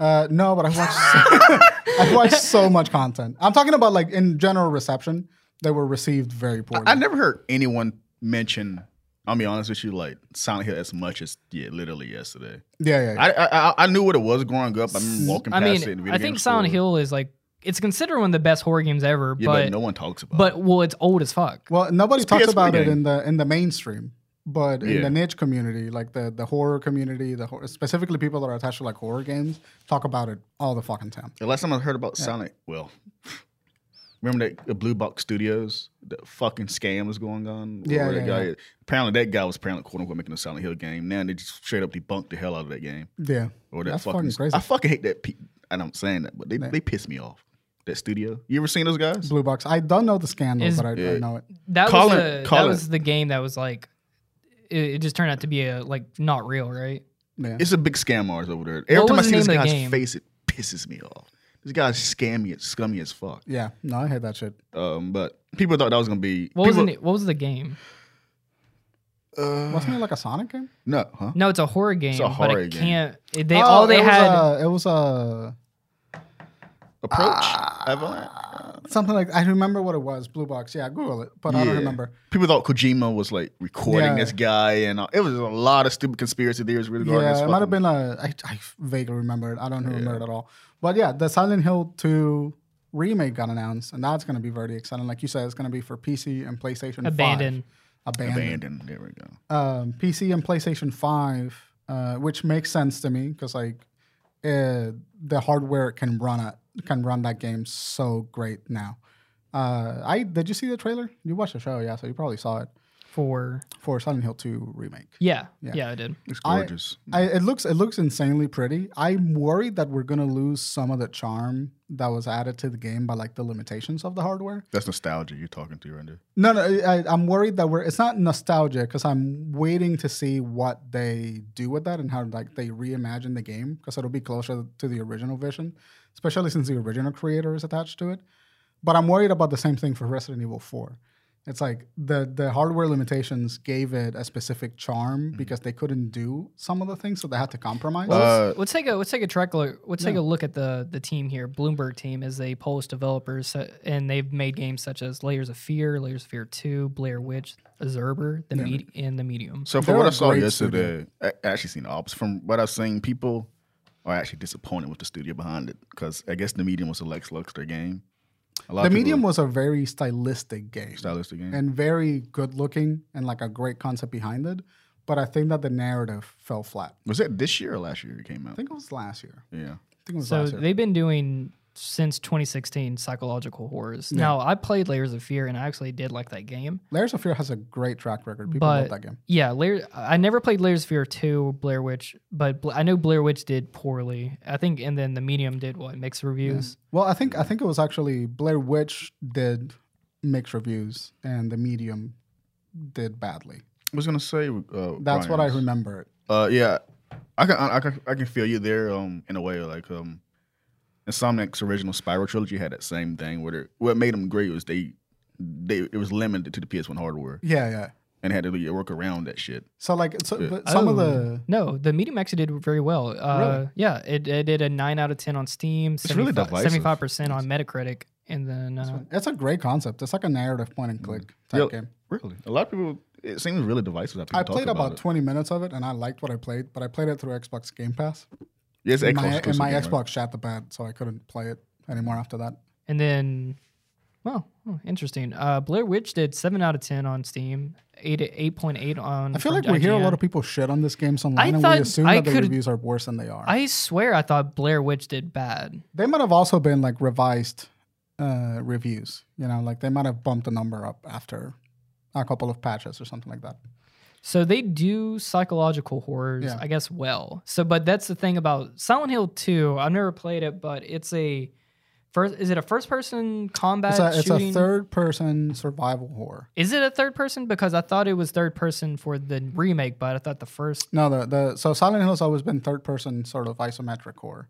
Uh, no, but I've watched so, I've watched so much content. I'm talking about like in general reception, they were received very poorly. I never heard anyone mention. I'll be honest with you, like Silent Hill as much as yeah, literally yesterday. yeah, yeah, yeah. I I, I- I knew what it was growing up. I remember walking I past it. In mean, video I game think store. Silent Hill is like it's considered one of the best horror games ever, Yeah, but, but no one talks about. but it. well, it's old as fuck. well, nobody It's talks PS3 about it game. in the in the mainstream, but in Yeah. the niche community, like the the horror community, the hor- specifically people that are attached to like horror games, talk about it all the fucking time. the last time I heard about Silent, well, remember that the Blue Box Studios, the fucking scam was going on. Yeah, Where that yeah, guy, Apparently, that guy was apparently quote unquote making a Silent Hill game. Now they just straight up debunked the hell out of that game. Yeah, Or that That's fucking, fucking crazy. I fucking hate that. Pe- and I'm saying that, but they, they piss me off. That studio. You ever seen those guys? Blue Box. I don't know the scandal, Is- but I, I Yeah. know it. That Call was it- the, call that it. was the game that was like it, it just turned out to be a like not real, right? Yeah. It's a big scam artist over there. Every What time I was see the this name of guy's the game? face, it pisses me off. This guy's scammy, as scummy as fuck. Yeah, no, I hate that shit. Um, but people thought that was gonna be. What was people- the, na- what was the game? Uh, Wasn't it like a Sonic game? no, huh? No, it's a horror game, but horror it game. can't. It, they Oh, all they it was had. a- it was uh, a Approach. Ah. Avalanche? something like I remember what it was. Blue Box. Yeah, Google it, but I don't Yeah. remember. People thought Kojima was like recording Yeah. this guy, and all- it was a lot of stupid conspiracy theories regarding this. Yeah, it might have fucking- been a. I, I vaguely remember it. I don't remember it at all. But yeah, the Silent Hill 2 remake got announced, and that's going to be very exciting. Like you said, it's going to be for PC and PlayStation 5. Abandon. Abandon. abandoned. There we go. Um, PC and PlayStation 5, uh, which makes sense to me because like uh, the hardware can run it can run that game so great now. Uh, I did you see the trailer? You watched the show, yeah, so you probably saw it for for Silent Hill 2 remake. yeah, Yeah. yeah, I did. It's I- gorgeous. I, it looks it looks insanely pretty. I'm worried that we're gonna lose some of the charm that was added to the game by like the limitations of the hardware. That's nostalgia you're talking to right there. No, no, I, I'm worried that we're. It's not nostalgia because I'm waiting to see what they do with that and how like they reimagine the game because it'll be closer to the original vision, especially since the original creator is attached to it. But I'm worried about the same thing for Resident Evil 4. It's like the the hardware limitations gave it a specific charm because they couldn't do some of the things, so they had to compromise. Uh, Let's take a let's take a track look. Let's take a look at the the team here. Bloomberg team is a Polish developers, so- and they've made games such as Layers of Fear, Layers of Fear Two, Blair Witch, Zerber, the Med- and the Medium. So They're from what a I saw great yesterday, I I actually seen the opposite. From what I've seen, people are actually disappointed with the studio behind it because I guess the medium was a Lex Luxor game. A lot the of people- medium was a very stylistic game. stylistic game. and very good looking and like a great concept behind it. But I think that the narrative fell flat. was that this year or last year it came out? I think it was last year. yeah. I think it was So last year. they've been doing since 2016 psychological horrors. Now I played Layers of Fear, and I actually did like that game. Layers of Fear has a great track record. People love But that game. yeah, Layer, I never played Layers of Fear two Blair Witch, but Bla- I know Blair Witch did poorly. I think, and then the Medium did what mixed reviews. Well, I think I think it was actually Blair Witch did mixed reviews and The Medium did badly. I was gonna say. Uh, That's what I Ryan's- remember. It. Uh, yeah, I can, I can, I can feel you there. Um, in a way, like um, Insomniac's original Spiral trilogy had that same thing. Where they- what made them great was they, they it was limited to the PS1 hardware Yeah, yeah. and had to really work around that shit. So like so, but some of Oh, the no, the medium actually did very well. Uh, Yeah, it, it did a nine out of ten on Steam, really divisive. seventy five percent on Metacritic, and then uh, it's a great concept. It's like a narrative point and click type Mm. Yo, game. Really, a lot of people. It seems really divisive. That people I talk played about, about, it. 20 minutes of it and I liked what I played, but I played it through Xbox Game Pass. Yeah, it's And Xbox my, and exclusive my game, right? Xbox shot the bed, so I couldn't play it anymore after that. and then well, oh, interesting. Uh, Blair Witch did seven out of ten on Steam, eight eight point eight on. I feel like we hear a lot of people shit on this game I online, and we thought assume I that the could- reviews are worse than they are. I swear, I thought Blair Witch did bad. they might have also been like revised uh, reviews. You know, like they might have bumped the number up after a couple of patches or something like that. So they do psychological horrors, Yeah. I guess. Well, so but that's the thing about Silent Hill Two. I've never played it, but it's a first. Is it a first person combat It's a, it's shooting? a third person survival horror. Is it a third person? Because I thought it was third person for the remake, but I thought the first. No, the, the so Silent Hill's always been third person sort of isometric horror,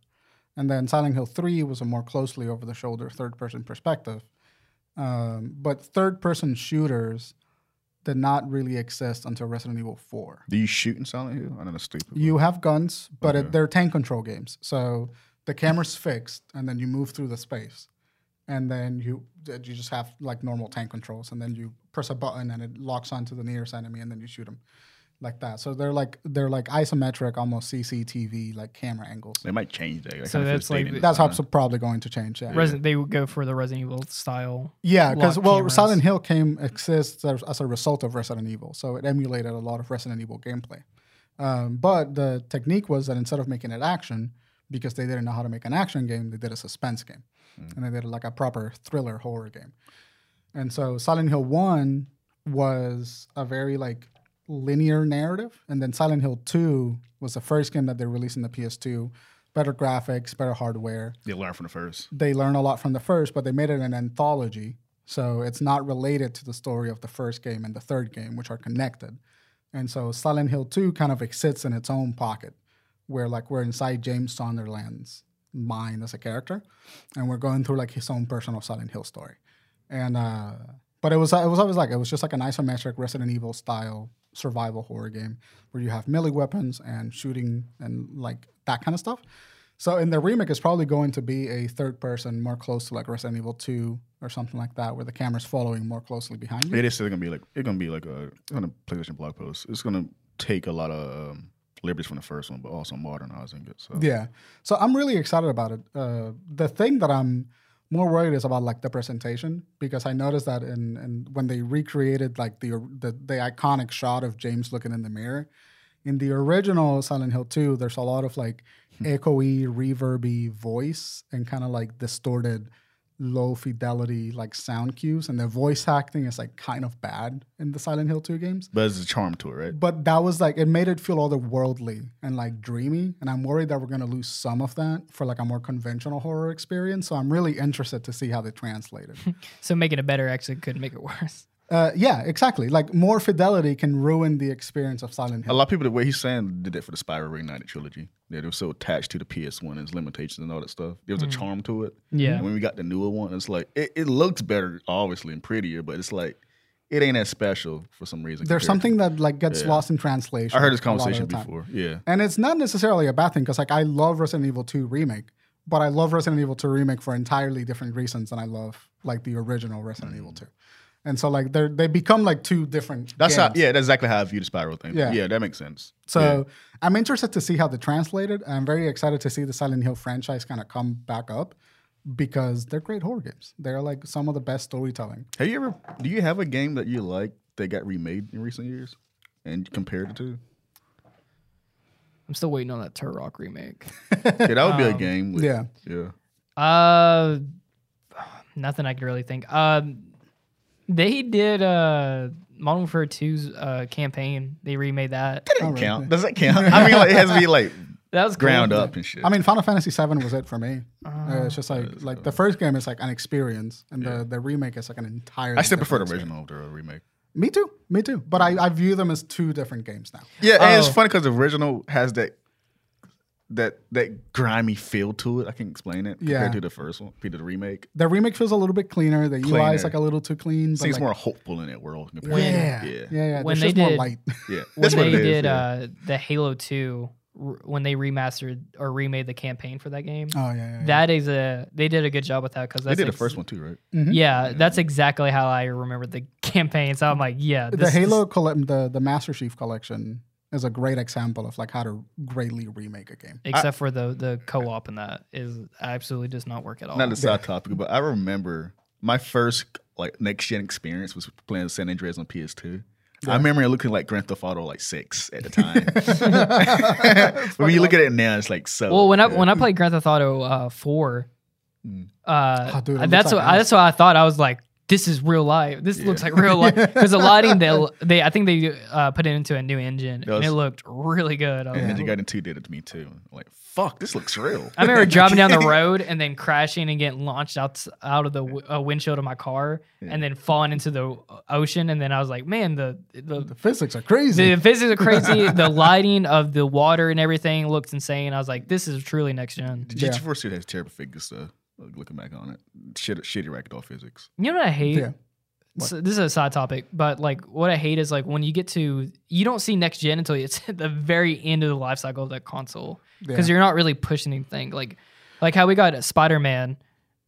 and then Silent Hill Three was a more closely over the shoulder third person perspective. Um, but third person shooters did not really exist until Resident Evil Four. Do you shoot in Silent Hill? I know that's stupid. but- You have guns, but Okay. it, they're tank control games. So the camera's fixed, and then you move through the space, and then you you just have like normal tank controls, and then you press a button, and it locks onto the nearest enemy, and then you shoot them like that. So they're like they're like isometric, almost CCTV like camera angles. they might change that. that So kinda feels that's like dated. the- That's how it's probably going to change. Yeah, Resident, they would go for the Resident Evil style. yeah, because Lock well, cameras. Silent Hill came exists as, as a result of Resident Evil, so it emulated a lot of Resident Evil gameplay. Um, but the technique was that instead of making it action, because they didn't know how to make an action game, they did a suspense game, and they did like a proper thriller horror game. And so Silent Hill One was a very like linear narrative, and then Silent Hill Two was the first game that they released in the PS2. Better graphics, better hardware They learn from the first. they learn a lot from the first, but they made it an anthology. So it's not related to the story of the first game and the third game, which are connected. And so Silent Hill 2 kind of exists in its own pocket, where like we're inside James Sonderland's mind as a character, and we're going through like his own personal Silent Hill story. And uh but it was it was always like it was just like an isometric Resident Evil style survival horror game where you have melee weapons and shooting and like that kind of stuff. So in the remake, it's probably going to be a third person, more close to like Resident Evil Two or something like that, where the camera's following more closely behind you. It is still gonna be like it's gonna be like a it's gonna PlayStation blog post. It's gonna take a lot of um, liberties from the first one, but also modernizing it. So Yeah. So I'm really excited about it. Uh, the thing that I'm more worried is about like the presentation because I noticed that in, in when they recreated like the, the the iconic shot of James looking in the mirror in the original Silent Hill 2 there's a lot of like echoey reverby voice and kind of like distorted low fidelity like sound cues and the voice acting is like kind of bad in the Silent Hill 2 games but there's a charm to it, right? but that was like it made it feel otherworldly and like dreamy, and I'm worried that we're gonna lose some of that for like a more conventional horror experience. So I'm really interested to see how they translate it. So making it better actually could make it worse. uh, yeah, exactly. Like more fidelity can ruin the experience of Silent A Hill. lot of people, the way he's saying, did that for the Spyro Reignited trilogy. That it was so attached to the PS1 and its limitations and all that stuff. There was a charm to it. Yeah. And when we got the newer one, it's like it, it looks better, obviously, and prettier, but it's like it ain't as special for some reason. compared There's to- something that like gets Yeah. lost in translation. I heard this a lot of the conversation time. before. Yeah. And it's not necessarily a bad thing because like I love Resident Evil 2 remake, but I love Resident Evil 2 remake for entirely different reasons than I love like the original Resident Evil 2. And so like they are they become like two different Mm. That's games. how. Yeah, that's exactly how I view the Spyro thing. Yeah. Yeah, that makes sense. So I'm interested to see how they translate it. I'm very excited to see the Silent Hill franchise kind of come back up because they're great horror games. They're like some of the best storytelling. Have you ever? Do you have a game that you like that got remade in recent years and compared it to? I'm still waiting on that Turok remake. Yeah, that would be a game. With, yeah. yeah. Uh, nothing I can really think. Um, they did uh Modern Warfare 2's uh campaign. They remade that. All right. Count? Does that count? I mean, like, it has to be like That was cool. ground up and shit. I mean, Final Fantasy VII was it for me. Uh, it's just like like the first game is like an experience, and the, the remake is like an entire. I still prefer the original over the remake. Me too, me too. But I, I view them as two different games now. Yeah, and it's Oh. funny because the original has that that that grimy feel to it. I can explain it compared Yeah. to the first one, compared to the remake. The remake feels a little bit cleaner. The UI is Cleaner. like a little too clean. But Seems like, more hopeful in that world compared. yeah, to yeah, the- yeah. yeah, yeah. When There's they just more did- light. yeah. When That's what they it is. did yeah. uh the Halo 2 r- when they remastered or remade the campaign for that game. Oh yeah, yeah, yeah. That is a they did a good job with that because they did the first one too, right? Hmm? Yeah, that's exactly how I remember the campaign. So I'm like, yeah, the this- Halo colle- the the Master Chief Collection is a great example of like how to greatly remake a game. this- except for the the co-op in that is absolutely does not work at all. Oh, Not a side topic, but I remember my first like next gen experience was playing San Andreas on PS2. I remember it looking like Grand Theft Auto like six at the time. when you look at it now, it's like so. Well, when I good. when I played Grand Theft Auto uh, Four, Mm. uh, Oh, dude, it looks that's like what ass. that's what I thought. I was like, this is real life. This Yeah. looks like real life because the lighting they they I think they uh, put it into a new engine and it Does. looked really good. I was And like, Ninja Gaiden 2 did it to me too. Like, fuck, this looks real. I remember driving down the road and then crashing and getting launched out out of the w- uh, windshield of my car Yeah. and then falling into the uh, ocean. And then I was like, man, the the The physics are crazy. the physics are crazy. the lighting of the water and everything looked insane. I was like, this is truly next gen. The Yeah. GT4 suit has terrible physics, though. Like, Looking back on it, shit, shitty ragdoll physics. You know what I hate? yeah. What? So this is a side topic, but like what I hate is like when you get to you don't see next gen until it's at the very end of the life cycle of that console Yeah. because you're not really pushing anything like like how we got Spider Man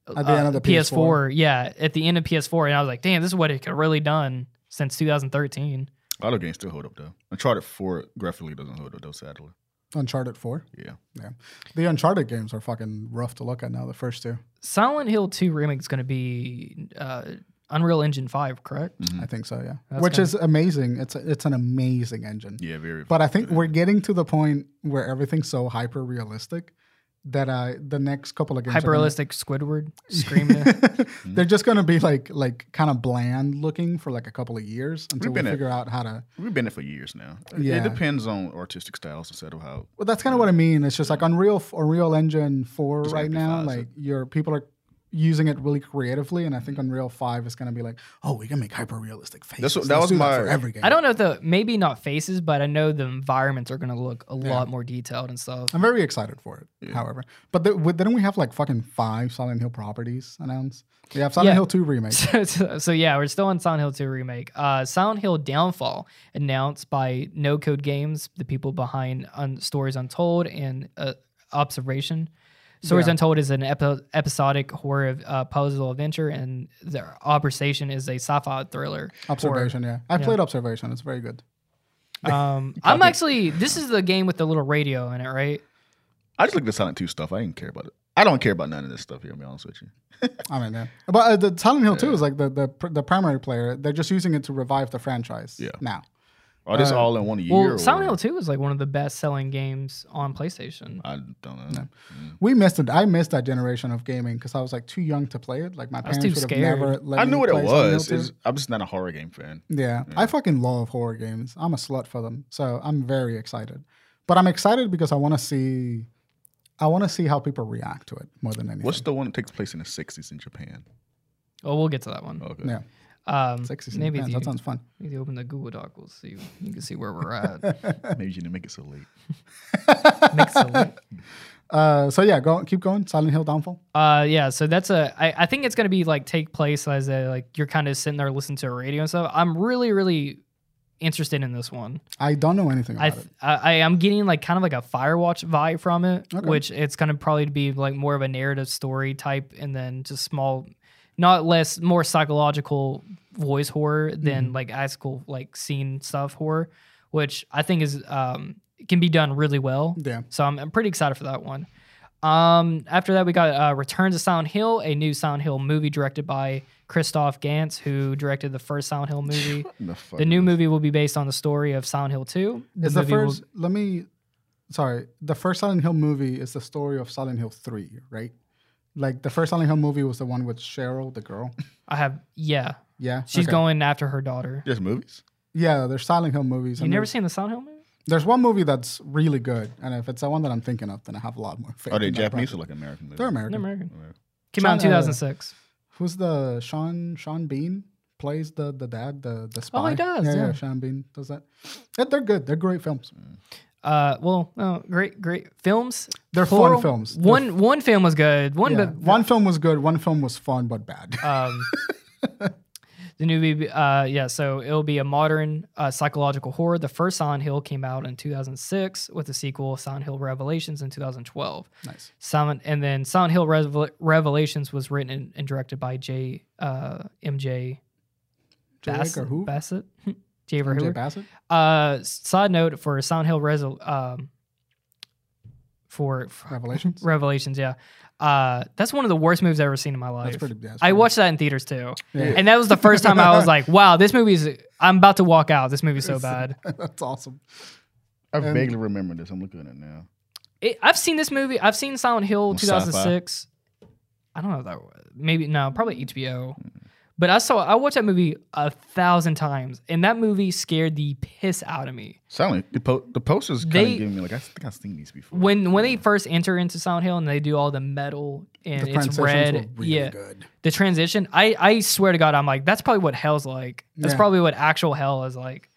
At the end uh, of the PS4. Yeah, at the end of PS4, and I was like, damn, this is what it could really done since 2013. A lot of games still hold up, though. Uncharted 4 graphically doesn't hold up, though, sadly. Uncharted 4. Yeah. The Uncharted games are fucking rough to look at now, the first two. Silent Hill 2 remake is going to be uh, Unreal Engine 5, correct? Mm. I think so, yeah. That's Which kinda- is amazing. It's a, it's an amazing engine. Yeah, very. But I think we're getting to the point where everything's so hyper realistic that uh, the next couple of games are Hyper gonna- realistic Squidward screaming. Mm. They're just going to be like like kind of bland looking for like a couple of years until we been at- figure out how to. We've been there for years now. Yeah. It depends on artistic styles instead of how. Well, that's kind of what I mean. It's just like Unreal Unreal Engine Four Just right now. amplifies Like your people are using it really creatively, and I think Unreal Five is going to be like, oh, we can make hyper realistic faces. That's what- that Let's was do my- for every game. I don't know if the maybe not faces, but I know the environments are going to look a lot more detailed and stuff. I'm very excited for it. However, but the, with, didn't we have like fucking five Silent Hill properties announced? We have Silent Yeah. Hill Two remake. so, so- so yeah, we're still on Silent Hill 2 remake. Uh, Silent Hill Downfall, announced by No Code Games, the people behind un- Stories Untold and uh, Observation. Stories Yeah. Untold is an epi- episodic horror uh, puzzle adventure, and the Observation is a sci-fi thriller. Oh. Observation, yeah. I yeah. played Observation. It's very good. Um, I'm actually this is the game with the little radio in it, right? I just looked at Silent 2 stuff. I didn't care about it. I don't care about none of this stuff here, to be honest with you. I mean, yeah. But uh, the Silent Hill Two is like the the pr- the primary player. They're just using it to revive the franchise. Yeah. Now. Are this Uh, all in one year? Well, or- Silent Hill 2 is like one of the best-selling games on PlayStation. I don't know. Mm. We missed it. I missed that generation of gaming because I was like too young to play it. Like my was parents would too have scared. never let I me knew what it play Silent Hill was. 2. It's- I'm just not a horror game fan. Yeah. I fucking love horror games. I'm a slut for them. So I'm very excited. But I'm excited because I want to see I want to see how people react to it more than anything. What's the one that takes place in the 60s in Japan? Oh, we'll get to that one. Okay. yeah, Um, sexy maybe if Maybe you, That sounds fun. if you open the Google Doc, we'll see. You can see where we're at. Maybe you didn't make it so late. Mix the link. Uh, so yeah, go keep going. Silent Hill Downfall. Uh, yeah. So that's a. I, I think it's gonna be like take place as a like you're kind of sitting there listening to a radio and stuff. I'm really really interested in this one. I don't know anything about I, it. th- I I am getting like kind of like a Firewatch vibe from it, Okay. which it's gonna probably be like more of a narrative story type, and then just small, not less more psychological voice horror than Mm-hmm. like actual like scene stuff horror, which I think is um can be done really well. Yeah. So I'm, I'm pretty excited for that one. Um, after that, we got uh, Return to Silent Hill, a new Silent Hill movie directed by Christoph Gantz, who directed the first Silent Hill movie. The, fuck? the new movie will be based on the story of Silent Hill 2. Is the movie will- first? Let me. Sorry, the first Silent Hill movie is the story of Silent Hill Three, right? Like the first Silent Hill movie was the one with Cheryl, the girl. I have, yeah. Yeah, She's Okay. going after her daughter. Just movies? Yeah, there's Silent Hill movies. you and never there's, seen the Silent Hill movie? there's one movie that's really good, and if it's the one that I'm thinking of, then I have a lot more faith. Are they in that Oh, Japanese or project. like American movies? They're No, American. American. American. Came out in China. uh, 2006. Who's the Sean? Sean Bean plays the the dad, the the spy. Oh, he does, Yeah, yeah. Sean Bean does that. Yeah, they're good. They're great films. Uh, well, no, great, great films. They're Plural. fun films. They're One, one film was good. One, Yeah. but one film was good. One film was fun but bad. Um, the new movie, uh, yeah, so it'll be a modern uh, psychological horror. The first Silent Hill came out in 2006 with the sequel Silent Hill Revelations in 2012. nice. Silent, and then Silent Hill Revel- Revelations was written and, and directed by J. Uh, MJ J. Bass- Edgar Hoover? Bassett. J. Edgar MJ Hoover. Bassett. Uh, side note for Silent Hill Resol- um, for, for Revelations. Revelations, yeah. Uh, that's one of the worst movies I've ever seen in my life. That's pretty. Yeah, that's I pretty- watched that in theaters too, Yeah. and that was the first time I was like, "Wow, this movie's." I'm about to walk out. This movie's so bad. That's awesome. I And- vaguely remember this. I'm looking at it now. It, I've seen this movie. I've seen Silent Hill Sci-fi. 2006. I don't know if that was, maybe no, probably HBO, But I saw I watched that movie a thousand times, and that movie scared the piss out of me. Silent. The, po- the posters kind of They- giving me like I think I've seen these before. When when they first enter into Silent Hill and they do all the metal the and it's transitions red, were really yeah, good. the transition. I I swear to God, I'm like that's probably what hell's like. That's Yeah. probably what actual hell is like.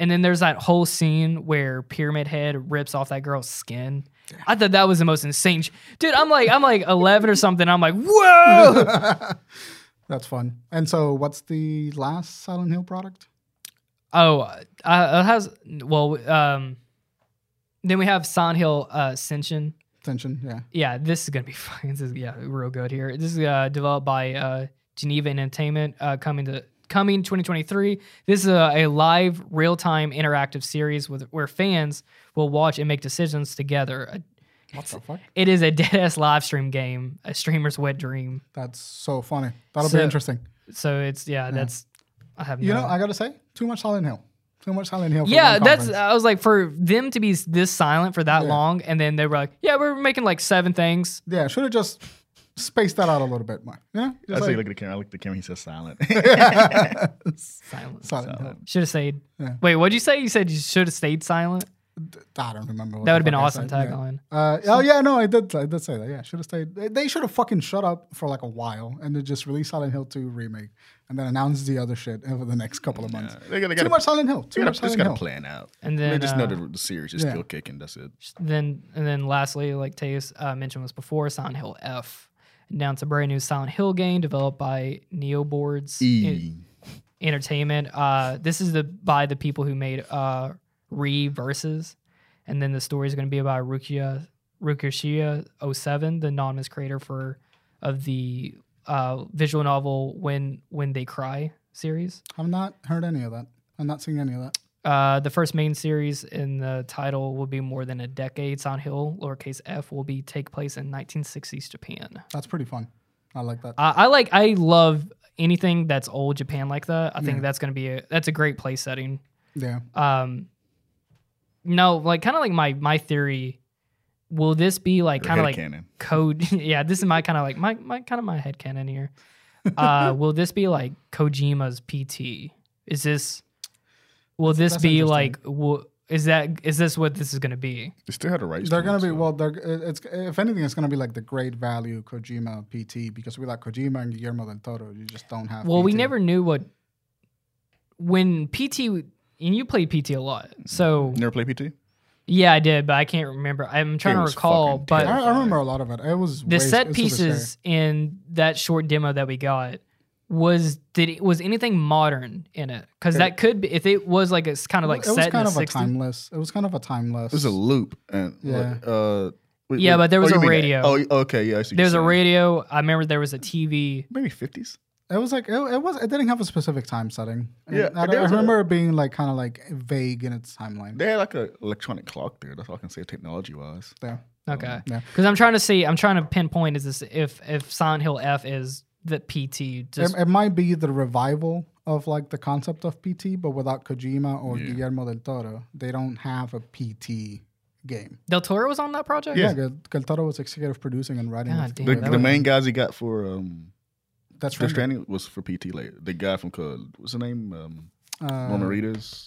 And then there's that whole scene where Pyramid Head rips off that girl's skin. I thought that was the most insane, sh- dude. I'm like I'm like 11 or something. I'm like whoa. That's fun. And so, what's the last Silent Hill product? Oh, uh, uh, it has well. Um, then we have Silent Hill uh, Ascension. Tension, yeah. Yeah, this is gonna be fucking. This is yeah, real good here. This is uh, developed by uh, Geneva Entertainment. Uh, coming to coming 2023. This is a, a live, real time interactive series with where fans will watch and make decisions together. Uh, What the fuck? It is a dead ass live stream game, a streamer's wet dream. That's so funny. That'll So- be interesting. So it's yeah, that's. I have You no, know, I gotta say, too much Silent Hill. Too much Silent Hill. For Yeah, one that's. uh, conference. I was like, for them to be s- this silent for that Yeah. long, and then they were like, "Yeah, we're making like seven things." yeah. Should have just spaced that out a little bit more. Yeah, I Just say like- look at the camera. I look at the camera. He says silent. Silent. Silent Hill. Should have stayed. Yeah. Wait, what'd you say? You said you should have stayed silent. I don't remember. What That the would have been fuck I awesome said, yeah. tagline. Uh, oh yeah, no, I did. I did say that. Yeah, should have stayed. They- They should have fucking shut up for like a while and then just release Silent Hill 2 remake and then announce the other shit over the next couple of months. they gotta, Too gotta, much Silent Hill. Too they gotta, much just Silent gotta Hill. plan out. And they then just uh, know the, the series is yeah. still kicking. That's it. then and then lastly, like Teus uh, mentioned was before Silent Hill F. Announced a brand new Silent Hill game developed by Neoboards E. Entertainment. Uh, this is the by the people who made uh, Re Versus, and then the story is going to be about Rukia Rukushia 07, the anonymous creator for of the uh, visual novel When When They Cry series. I've not heard any of that. I'm not seeing any of that. Uh, the first main series in the title will be more than a decade. Silent Hill, lowercase f, will be take place in 1960s Japan. That's pretty fun. I like that. I, I like, I love anything that's old Japan like that. I think Yeah. that's gonna be a that's a great place setting. Yeah. Um, no, like kind of like my my theory. Will this be like kind of like cannon. code? yeah, this is my kind of like my my kind of my head canon here. Uh, will this be like Kojima's PT? Is this? Will this that's be interesting. like? Will, is that is this what this is going to be? They still had the rights. They're to gonna it, be so- well. They're it's if anything, it's gonna be like the great value Kojima PT because without Kojima and Guillermo del Toro, you just don't have. Well, we PT. never knew what when PT and you played PT a lot, so You Never play PT. yeah, I did, but I can't remember. I'm trying to was recall, fucking but I, I remember a lot of it. It was the way- set it's super scary. pieces in that short demo that we got was did it, was anything modern in it? Because that could be if it was like it's kind of like it was set in kind the of a 60s. timeless. It was kind of a timeless. It was a loop. And Yeah. yeah. Uh, wait, Yeah, wait. but there was you a mean- radio. oh, okay. Yeah, I see what you're There's a saying. radio. I remember there was a TV. Maybe fifties. It was like it, it was. It didn't have a specific time setting. Yeah, I, I there was a- remember it being like kind of like vague in its timeline. They had like an electronic clock there. That's all I can say technology wise. Yeah, Okay, Mm, yeah. because I'm trying to see. I'm trying to pinpoint is this if if Silent Hill F is the PT just it, it might be the revival of like the concept of PT, but without Kojima or Guillermo del Toro, they don't have a PT game. Del Toro was on that project. Yeah, Del, Del Toro was executive producing and writing. God of- damn, The, that the would've main guys he got for um, That's Death right. Stranding was for PT. Like the guy from Co- what's the name? Um, Norman Uh, Reedus.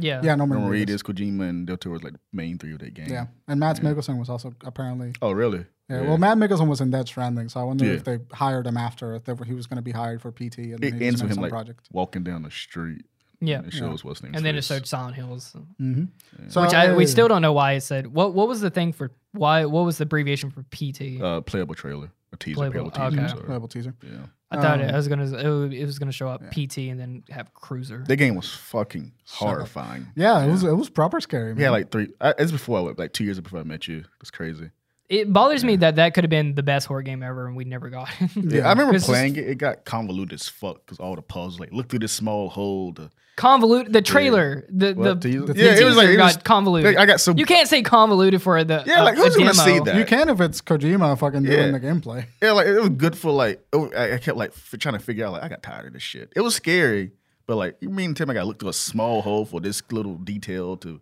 Yeah. yeah, Norman, Norman Reedus. Reedus, Kojima, and Del Toro was like the main three of that game. Yeah, and Matt Mikkelsen was also apparently. Oh, really? Yeah, Well, Matt Mikkelsen was in Dead Stranding, so I wonder Yeah. if they hired him after if they, were- he was going to be hired for PT and then it he was ends in with him some like project. walking down the street. Yeah. And it shows what's name. And then it showed Silent Hills, Mm-hmm. So which I, we uh, still don't know why it said what. What was the thing for why? What was the abbreviation for PT? uh, playable trailer, a teaser, Playable, playable, teaser. okay. sorry. Playable teaser. Yeah, I thought it, um, I was gonna it, was- it was gonna show up PT and then have Cruiser. that game was fucking up. horrifying. Yeah, it was it was proper scary. Man. Yeah, like three. I, it's before I went, like two years before I met you. It's crazy. it bothers me that that could have been the best horror game ever and we never got it. Yeah, I remember It's just- playing it. It got convoluted as fuck because all the puzzles, like look through this small hole. To, convoluted the trailer, the Well, the, teaser- the yeah, it was like- teaser it got was- convoluted. I got so you can't say convoluted for the uh, yeah, a- like a who's gonna see demo. that? you can if it's Kojima fucking Yeah. doing the gameplay. Yeah, like it was good for like it was- I I kept like f- trying to figure out like I got tired of this shit. It was scary, but like you mean Tim, I got to look through a small hole for this little detail to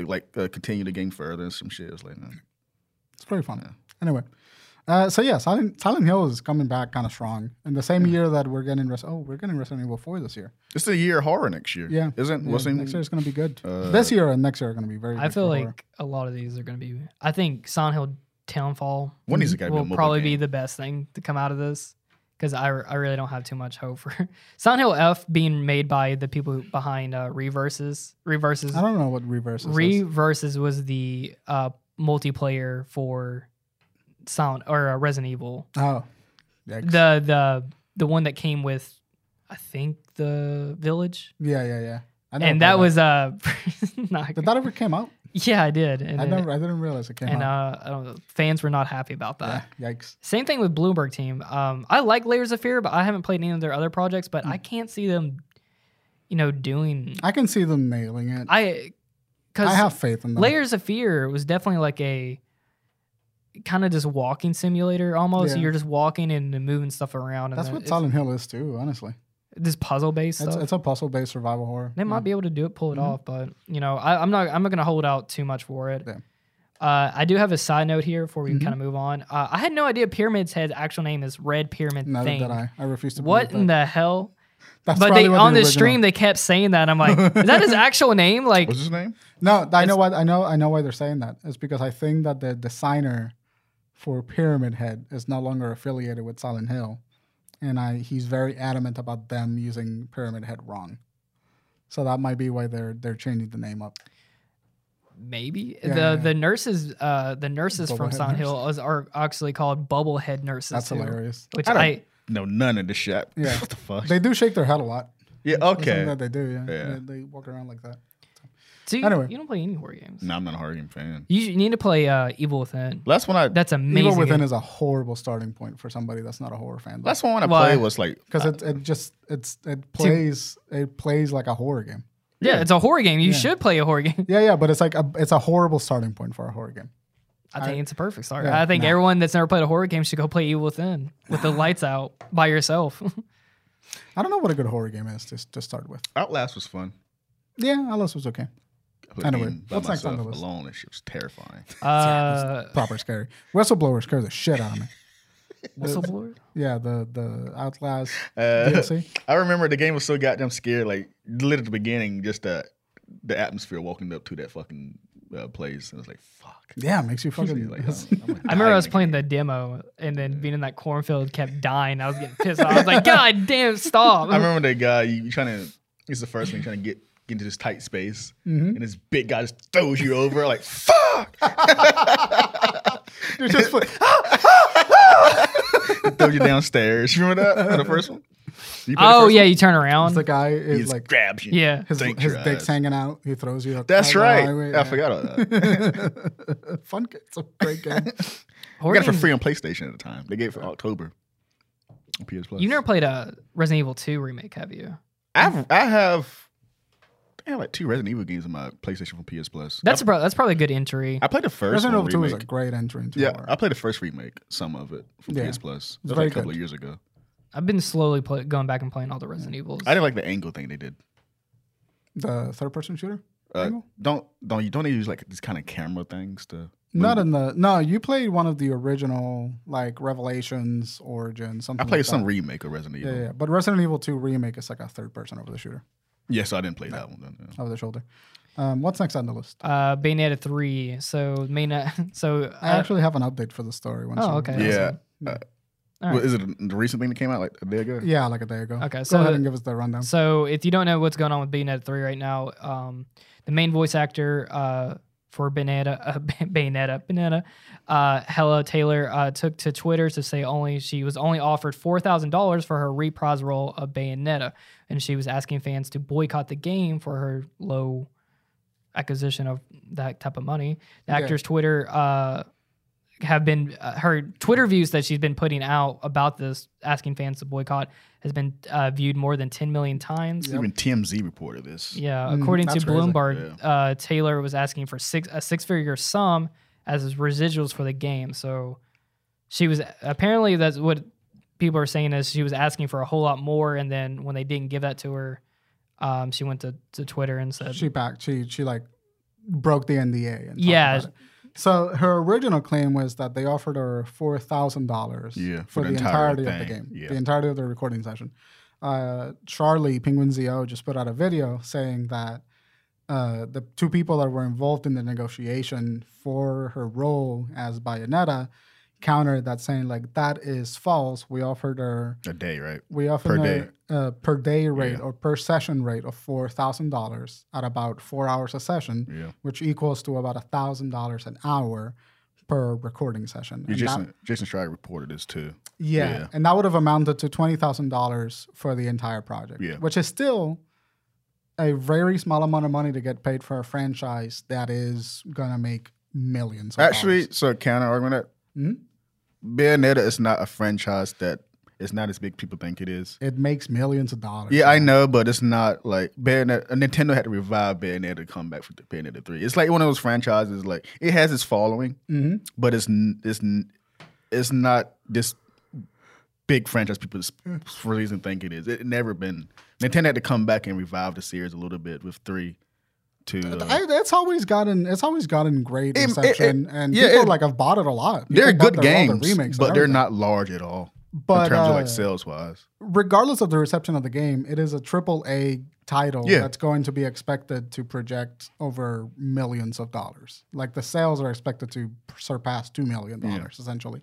like uh, continue the game further and some shit. It was like, nah. It's pretty fun. Anyway, Uh, so yeah, Silent, Silent Hill is coming back kind of strong. In the same year that we're getting Res- oh, we're getting Resident Evil Four this year. It's the year of horror next year. Yeah. Isn't Yeah, what's in next year is going to be good. Uh, this year and next year are going to be very. I good feel for like horror. a lot of these are going to be. I think Silent Hill Townfall One of these gotta be a will mobile probably be game. the best thing to come out of this because I, I really don't have too much hope for Silent Hill F being made by the people who, behind uh, Reverses. Reverses. I don't know what reverse is. this. Reverses was the uh, multiplayer for Silent or uh, Resident Evil. Oh, Yikes. The the the one that came with, I think the village, yeah, yeah, yeah. I never played and that was uh, not Did that ever came out? yeah, I did, and I then- never. I didn't realize it came and out. uh, I don't know, fans were not happy about that. yeah, yikes. Same thing with Bloomberg team. Um, I like Layers of Fear, but I haven't played any of their other projects. Hmm. But I can't see them, you know, doing I can see them nailing it. I, I because have faith in them. Layers of Fear was definitely like a kind of just walking simulator almost. Yeah. You're just walking and moving stuff around. And That's then what it's- Silent Hill is too. Honestly, This puzzle based it's, stuff. it's a puzzle based survival horror. they might be able to do it, pull it Mhm. off, but you know, I, I'm not. I'm not gonna hold out too much for it. Yeah. Uh, I do have a side note here before we Mhm. kind of move on. Uh, I had no idea Pyramid's Head's actual name is Red Pyramid Neither Thing. did I. I refuse to. What believe in that. the hell? That's but probably they what on this original- stream they kept saying that. I'm like, is that his actual name? Like, What's his name? No, I know what I know. I know why they're saying that. It's because I think that the designer for Pyramid Head is no longer affiliated with Silent Hill, and I he's very adamant about them using Pyramid Head wrong. So that might be why they're they're changing the name up. maybe Yeah, the yeah, yeah. the nurses uh the nurses from Bubblehead Silent Hill is, are actually called bubblehead nurses. That's too, hilarious. Which I I, don't- No, none of the shit. Yeah. what the fuck? They do shake their head a lot. yeah, That's something okay. that they do. Yeah, Yeah. They, they walk around like that. do you, Anyway. you don't play any horror games. No, I'm not a horror game fan. You, should- you need to play uh Evil Within. Last one I That's amazing. Evil Within game. is a horrible starting point for somebody that's not a horror fan. last one I Why? played was like because it, it just it's it plays it plays like a horror game. yeah, it's a horror game. You Yeah. should play a horror game. Yeah, yeah, but it's like a it's a horrible starting point for a horror game. I think it's a perfect start. Yeah, I think no. everyone that's never played a horror game should go play Evil Within with the lights out by yourself. I don't know what a good horror game is to, to start with. Outlast was fun. Yeah, Alice was okay. I played a Anyway, game by what's next on myself the list? alone. That shit was terrifying. uh, Proper scary. Whistleblower scares the shit out of me. whistleblower. Yeah, the the Outlast Uh, DLC. I remember the game was so goddamn scared. Like lit at the beginning, just the the atmosphere walking up to that fucking uh, place, and it was like fuck. Yeah, it makes you fucking. Like, I'm- I'm, like, I remember I was dying playing the demo and then being in that cornfield kept dying. I was getting pissed off. I was like, God damn, stop. I remember that guy. You trying to? It's the first one trying to get, get into this tight space, Mm-hmm. and this big guy just throws you over. Like fuck, oh. You're just like, throws you downstairs. You remember that Remember the first one? You play the oh, first yeah, one? you turn around. the guy he is just like grabs you. yeah. his, Thank his your dick's ass. hanging out. He throws you. Up that's the right. highway. oh, I Yeah. forgot all that. Fun. g- It's a great game. I Horror got it for games- free on PlayStation at the time. They gave it for October. on PS Plus. You never played a Resident Evil 2 remake, have you? I've I have I have like two Resident Evil games on my PlayStation from PS Plus. That's I, pro- that's probably a good entry. I played the first Resident one Evil Two is a remake. great entry into yeah, horror. I played the first remake, some of it from Yeah. PS Plus. It's That was like very a couple good. of years ago. I've been slowly play- going back and playing all the Resident Evils. I didn't like the angle thing they did. The third person shooter. Uh, Angle? don't don't you don't they use like these kind of camera things to Not in the no. You played one of the original like Revelations Origin I something. played like some That. remake of Resident Yeah, Evil. yeah, Yeah, yeah, but Resident Evil Two remake is like a third person over the shooter. so I didn't play that one then. yeah. over the shoulder. Um, what's next on the list? uh, Bayonetta 3. So, Bayonetta. So, I uh, actually have an update for the story. Once Oh, you- okay. Yeah. Awesome. Uh, All right. well, is it the recent thing that came out like a day ago? Yeah, like a day ago. Okay, Go so- ahead and give us the rundown. So if you don't know what's going on with Bayonetta 3 right now, um, the main voice actor uh, for Bayonetta, uh, Bayonetta, Bayonetta, uh, Hella Taylor uh, took to Twitter to say only she was only offered four thousand dollars for her reprise role of Bayonetta, and she was asking fans to boycott the game for her low acquisition of that type of money. The Okay. actor's Twitter. Uh, have been uh, her Twitter views that she's been putting out about this, asking fans to boycott, has been uh, viewed more than 10 million times. Even TMZ reported this. Yeah, Mm, according to that's crazy. Bloomberg, uh, Taylor was asking for six a six figure sum as his residuals for the game. So she was apparently that's what people are saying is she was asking for a whole lot more, and then when they didn't give that to her, um, she went to, to Twitter and said, she packed. She she like broke the NDA. And talked Yeah, about it. So her original claim was that they offered her four thousand dollars Yeah, for, the, entire entirety of the thing. game, Yeah. the entirety of the recording session. Uh, Charlie Penguin Zo just put out a video saying that uh, the two people that were involved in the negotiation for her role as Bayonetta countered that, saying like that is false. We offered her a day, right? we offered Per her day. uh, per day rate Yeah. or per session rate of four thousand dollars at about four hours a session Yeah. which equals to about thousand dollars an hour per recording session. Yeah, And Jason that- Jason Schreier reported this too. yeah, yeah. and that would have amounted to twenty thousand dollars for the entire project, Yeah. which is still a very small amount of money to get paid for a franchise that is gonna make millions. Of Actually, dollars. so counter argument that Mhm. Bayonetta is not a franchise that it's not as big people think it is. it makes millions of dollars. Yeah, I man. know, but it's not like Bayonetta. uh, Nintendo had to revive Bayonetta to come back for Bayonetta three. It's like one of those franchises. Like it has its following, Mhm. but it's n- it's n- it's not this big franchise people s- for reason think it is. It never been. Nintendo had to come back and revive the series a little bit with three, two. Uh, I- it's always gotten it's always gotten great It- it- reception, it- and yeah, people it- like have bought it a lot. they're People bought good their- all their games, remakes and but they're everything. not large at all But, in terms of like uh, sales wise. regardless of the reception of the game, it is a triple A title Yeah. that's going to be expected to project over millions of dollars. Like the sales are expected to surpass two million dollars essentially.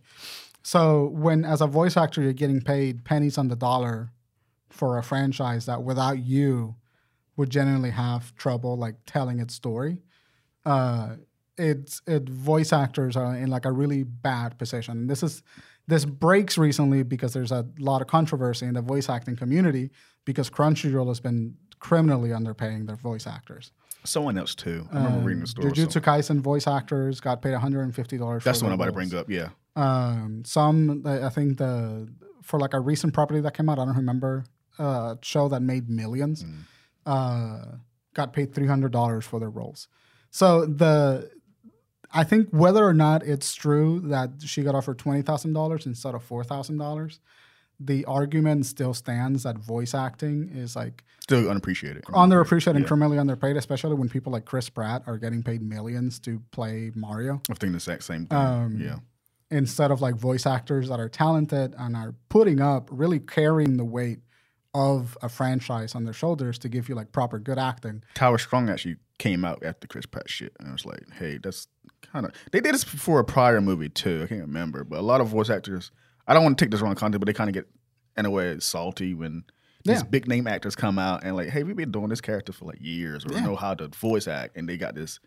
So when as a voice actor you're getting paid pennies on the dollar for a franchise that without you would generally have trouble like telling its story. Uh, it's it voice actors are in like a really bad position. This is this breaks recently because there's a lot of controversy in the voice acting community because Crunchyroll has been criminally underpaying their voice actors. Someone else too. I remember Um, reading the story. or Jujutsu something. Kaisen voice actors got paid $150. That's for the one their I'm about to roles. bring up. Yeah, Um, some, I I think the for like a recent property that came out, I don't remember, uh, show that made millions, Mm. uh, got paid three hundred dollars for their roles. So the, I think whether or not it's true that she got offered twenty thousand dollars instead of four thousand dollars, the argument still stands that voice acting is like still unappreciated. underappreciated and Mm. Yeah. criminally underpaid, especially when people like Chris Pratt are getting paid millions to play Mario I think the exact same thing. Um, yeah, instead of like voice actors that are talented and are putting up really carrying the weight of a franchise on their shoulders to give you like proper good acting. Tower Strong actually came out after Chris Pratt shit, and I was like, hey, that's kind of they did this for a prior movie too. I can't remember, but a lot of voice actors. I don't want to take this wrong content, but they kind of get in a way salty when these Yeah. big name actors come out and like, hey, we've been doing this character for like years, or Yeah. know how to voice act, and they got this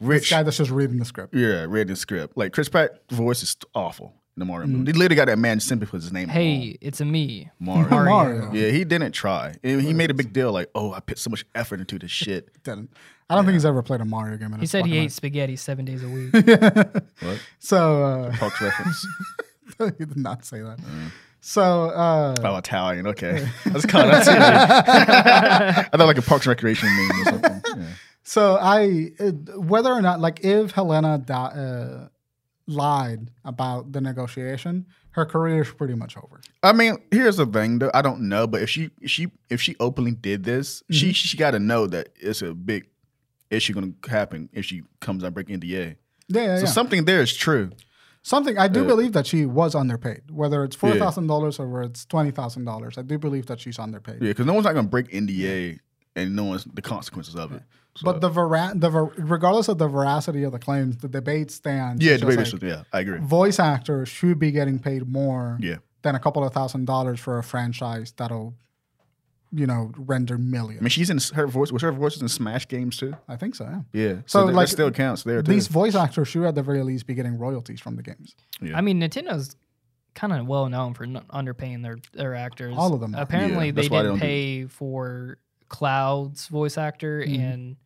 This rich guy that's just reading the script. Yeah, read the script. Like Chris Pratt voice is awful in the Mm. Mario movie. They literally got that man simply put his name. Hey, it's a me. on Mario. Mario. Yeah, he didn't try. And he made a big deal like, oh, I put so much effort into this shit. Didn't. I don't think he's ever played a Mario game. In He his said he fucking ate spaghetti seven days a week. life. What? so uh, Parks reference. he did not say that. Mm. So uh, Oh, Italian. Okay. That's kind of. I thought like a Parks and Recreation meme or something. Yeah. So I, it, whether or not, like, if Helena di- uh, lied about the negotiation, her career is pretty much over. I mean, here's the thing though. I don't know, but if she she if she openly did this, she she got to know that it's a big issue going to happen if she comes out breaking NDA. Yeah, yeah, So yeah. something there is true. Something I do Uh, believe that she was underpaid, whether it's four Yeah. thousand dollars or whether it's twenty thousand dollars. I do believe that she's underpaid. Yeah, because no one's not gonna break NDA and no one's the consequences of it. So- But the vera- the ver- regardless of the veracity of the claims, the debate stands. yeah, It's the just radio like, show, yeah, I agree. voice actors should be getting paid more Yeah, than a couple of thousand dollars for a franchise that'll, you know, render I millions. mean, she's in her voice. Was her voice in Smash games too? I think so. Yeah. Yeah, So, so, that- like, that still counts there too. These voice actors should, at the very least, be getting royalties from the games. Yeah. I mean, Nintendo's kind of well known for n- underpaying their their actors. All of them are. Apparently, Yeah, they that's why they didn't don't do- pay for Cloud's voice actor Mhm. and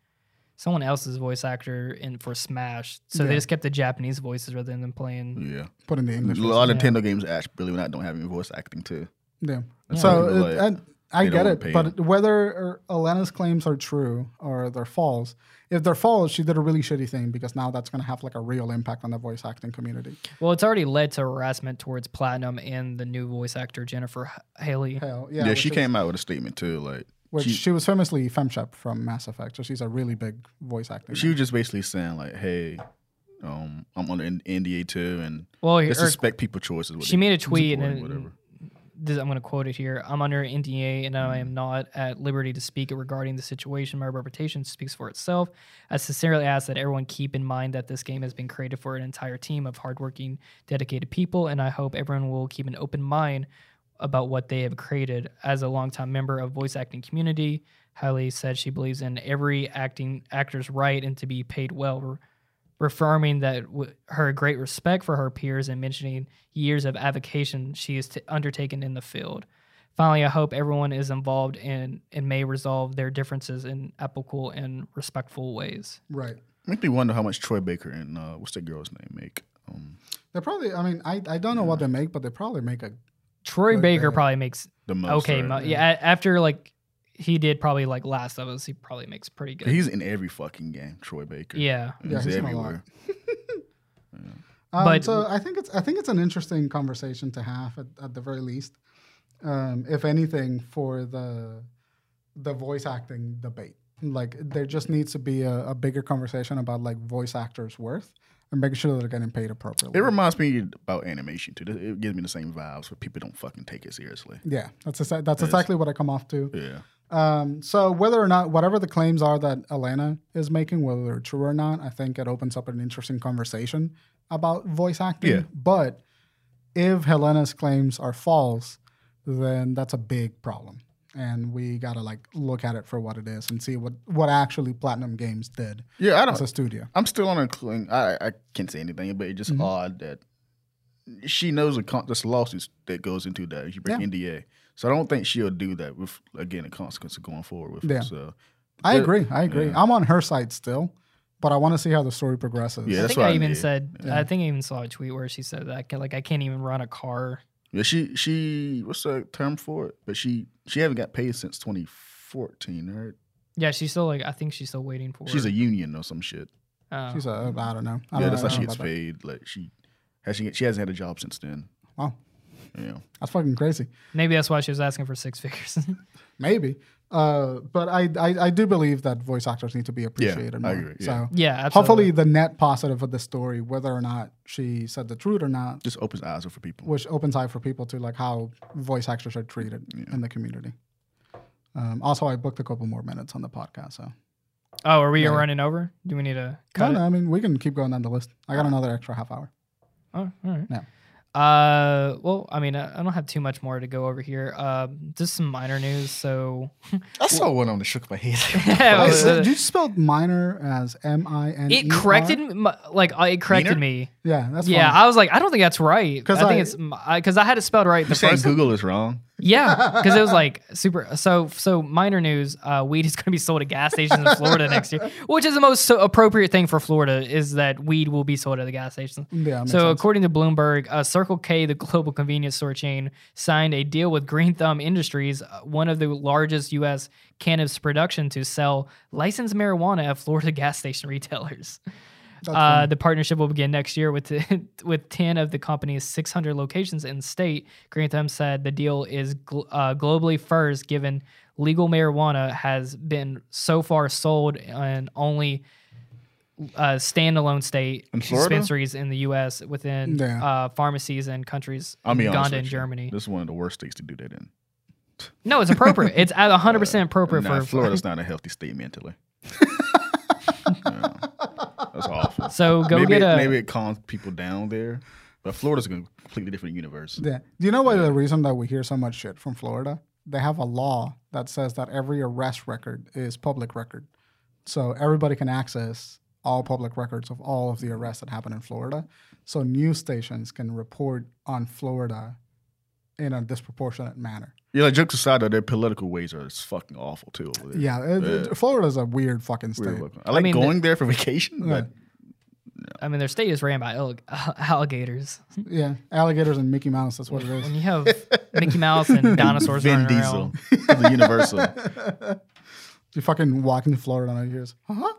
someone else's voice actor in for Smash. So Yeah. they just kept the Japanese voices rather than them playing. yeah, Put in the a English. lot of yeah. Nintendo games actually really not don't have any voice acting too. Yeah. That's So why people it, like- and I they get don't it, pay but whether er, Elena's claims are true or they're false, if they're false, she did a really shitty thing because now that's going to have like a real impact on the voice acting community. Well, it's already led to harassment towards Platinum and the new voice actor Jennifer H- Haley. Hell, yeah. yeah, she which is- came out with a statement too. Like Which she, she- was famously FemShep from Mass Effect, so she's a really big voice actor. she was just basically saying like, hey, Um, I'm under N- NDA too, and Well, just or- respect people choices. what she they- made a it's tweet boring, and it- this, I'm going to quote it here. I'm under NDA and Mm. I am not at liberty to speak regarding the situation. My reputation speaks for itself. I sincerely ask that everyone keep in mind that this game has been created for an entire team of hardworking, dedicated people, and I hope everyone will keep an open mind about what they have created. As a longtime member of voice acting community, Haley said she believes in every acting actor's right and to be paid well. re- reaffirming that w- her great respect for her peers and mentioning years of avocation she has t- undertaken in the field. Finally, I hope everyone is involved and, and may resolve their differences in applicable and respectful ways. Right. Make me wonder how much Troy Baker and uh, what's that girl's name make. Um, They probably. I mean, I, I don't know what they make, but they probably make a. Troy Like Baker that. probably makes the most okay. right? mo- yeah, a- after like he did probably like Last of Us, he probably makes pretty good. he's in every fucking game. Troy Baker. yeah, Yeah, he's in a lot. Um, But- so I think it's I think it's an interesting conversation to have at, at the very least, um, if anything, for the the voice acting debate. Like there just needs to be a, a bigger conversation about like voice actors' worth and making sure that they're getting paid appropriately. It reminds me about animation too. It- It gives me the same vibes where people don't fucking take it seriously. yeah, that's exa- that's Yes. exactly what I come off to. Yeah. Um, so whether or not whatever the claims are that Elena is making, whether they're true or not, I think it opens up an interesting conversation about voice acting. Yeah. But if Helena's claims are false, then that's a big problem. And we gotta like look at it for what it is and see what what actually Platinum Games did Yeah, I don't. as a studio. I'm still on a cling. I I can't say anything, but it's just Mhm. odd that she knows the con- this lawsuits that goes into that. You break Yeah. NDA, so I don't think she'll do that with again the consequences going forward with uh, Yeah. it. So I Yeah. agree. I agree. Yeah. I'm on her side still, but I want to see how the story progresses. Yeah, I that's think what I I even need. said Yeah. I think I even saw a tweet where she said that like I can't even run a car. yeah, she she what's the term for it? But she she haven't got paid since 2014, right? Yeah, she's still like I think she's still waiting for. She's a union or some shit. uh, She's a I don't know. I don't Yeah, that's know how she about gets that. paid. Like she has she she hasn't had a job since then. Wow, Yeah, that's fucking crazy. Maybe that's why she was asking for six figures. Maybe. Uh, but I, I I do believe that voice actors need to be appreciated I more. agree, So yeah. yeah, absolutely. hopefully the net positive of the story, whether or not she said the truth or not, just opens eyes up for people. which opens eye for people to like how voice actors are treated in the community. Um, also, I booked a couple more minutes on the podcast, so Oh, are we Yeah. running over? Do we need to no, cut no, it? I mean we can keep going down the list. I got another extra half hour. Oh, all right. No. Uh, well, I mean, I I don't have too much more to go over here. Um, just some minor news. So, I saw one on the shook my head. Yeah, I it was, said- uh, you spelled minor as M I N. E it corrected me, like uh, it corrected Meaner? me. Yeah, that's Yeah, Fine. I was like, I don't think that's right. 'Cause I think I- it's because I, had it spelled right the You saying first. Google is wrong? Yeah, because it was like super. So, so minor news: uh, weed is going to be sold at gas stations in Florida next year, which is the most so appropriate thing for Florida is that weed will be sold at the gas stations. yeah. makes So, sense. according to Bloomberg, uh, Circle K, the global convenience store chain, signed a deal with Green Thumb Industries, uh, one of the largest U.S. cannabis production, to sell licensed marijuana at Florida gas station retailers. That's Uh, the partnership will begin next year with with ten of the company's 600 locations in the state. Green Thumb said the deal is gl- uh, globally first, given legal marijuana has been so far sold in only uh, standalone state In Florida? dispensaries in the U.S. within Yeah. uh, pharmacies and countries I'll in be honest Uganda with and you. Germany. This is one of the worst states to do that in. No, it's appropriate. it's at 100 percent appropriate Nah, for Florida's not a healthy state mentally. Yeah. That's awful. So go maybe, get it, a maybe it calms people down there, but Florida's a completely different universe. Yeah. Do you know why the reason that we hear so much shit from Florida? They have a law that says that every arrest record is public record. So everybody can access all public records of all of the arrests that happen in Florida. So news stations can report on Florida in a disproportionate manner. Yeah, like jokes aside, though, their political ways are just fucking awful too. Over there. Yeah. it- it- Florida's a weird fucking state. Weird looking. I like mean, the- going there for vacation, but I mean, their state is ran by allig- alligators. Yeah. Alligators and Mickey Mouse, that's what it When is. you have Mickey Mouse and dinosaurs Vin running Diesel, around. the universal. I, You fucking walk into Florida and you just, huh?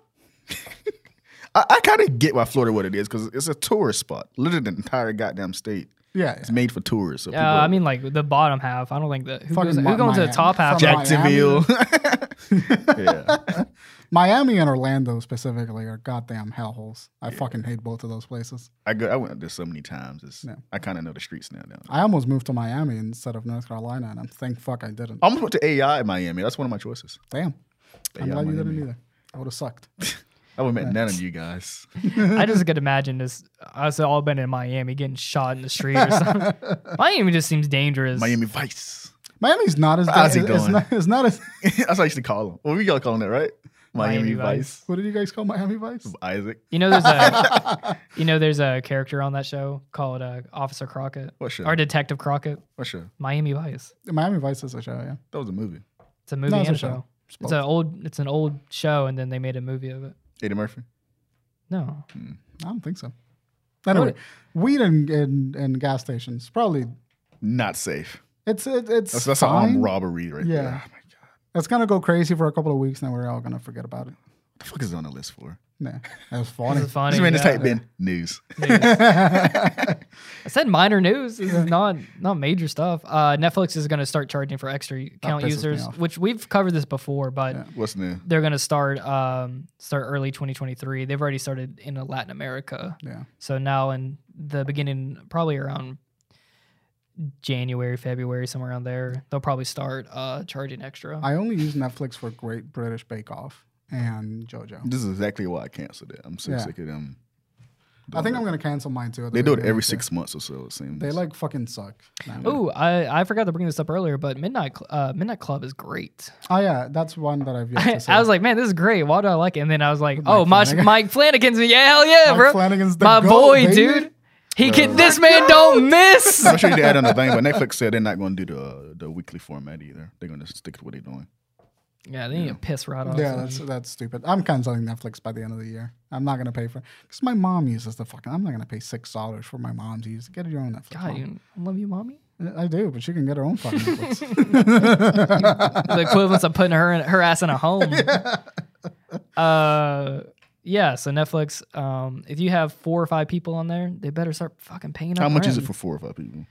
I kind of get why Florida what it is because it's a tourist spot. Literally, the entire goddamn state Yeah. It's made for tourists. So Uh, people- I mean, like the bottom half. I don't think that who Fucking goes, who Mi- goes to the Miami. top half. From Jacksonville. yeah, Miami and Orlando specifically are goddamn hellholes. I fucking hate both of those places. I go, I went up there so many times. It's, Yeah. I kind of know the streets now. now. I almost moved to Miami instead of North Carolina, and I'm thank fuck I didn't. I almost went to AI in Miami. That's one of my choices. Damn. I'm AI glad you Miami. didn't either. I would have sucked. I would have met none of you guys. I just could imagine this us all been in Miami getting shot in the street or something. Miami just seems dangerous. Miami Vice. Miami's not as How's he it's doing? not, it's not as That's what I used to call him. Well, we all call him that, right? Miami Miami, Vice. what did you guys call Miami Vice? Isaac. You know there's a you know there's a character on that show called uh, Officer Crockett What show? or Detective Crockett. what show? Miami Vice. Miami Vice is a show, yeah. That was a movie. It's a movie No, it's and a a show. Oh. show. It's It's both. an old it's an old show and then they made a movie of it. Eddie Murphy. No. I don't think so. Anyway, weed and, and, and gas stations probably Not safe. it's it, it's That's, that's an fine. armed robbery right Yeah. there. Oh my God. It's gonna go crazy for a couple of weeks, and we're all gonna forget about it. What the fuck is it on the list for? Nah, that was This funny. is funny. This man just yeah. typed in news. I said minor news. This is not not major stuff. Uh, Netflix is going to start charging for extra account pisses me users, off. which we've covered this before, but Yeah. What's new? they're going to start um, start early 2023. They've already started in uh, Latin America, yeah, so now in the beginning, probably around January, February, somewhere around there, they'll probably start uh, charging extra. I only use Netflix for Great British Bake Off and JoJo. This is exactly why I canceled it. I'm so Yeah. sick of them. I think doing I'm it. gonna cancel mine too. at the They do it beginning of every the six months or so. It seems. year. They like fucking suck. now. Oh, I, I forgot to bring this up earlier, but Midnight Cl- uh, Midnight Club is great. Oh yeah, that's one that I've yet I, to see. was like, man, this is great. Why do I like it? And then I was like, oh, Mike Mike, Flanagan. Mike Flanagan's yeah, hell yeah, Mike bro, Flanagan's the my GOAT, boy, baby. dude. He can. This man don't miss. I'm sure they add on the thing, but Netflix said they're not going to do the uh, the weekly format either. They're going to stick to what they're doing. yeah, they need to piss right off. yeah, that's that's stupid. I'm canceling Netflix by the end of the year. I'm not gonna pay for because my mom uses the fucking. I'm not gonna pay six dollars for my mom to use. Get your own Netflix. God, mom. you, I love you, mommy. I do, but she can get her own fucking Netflix. the equivalence of putting her in, her ass in a home. Uh, yeah. So Netflix, um, if you have four or five people on there, they better start fucking paying. How up much is it rent. for four or five people?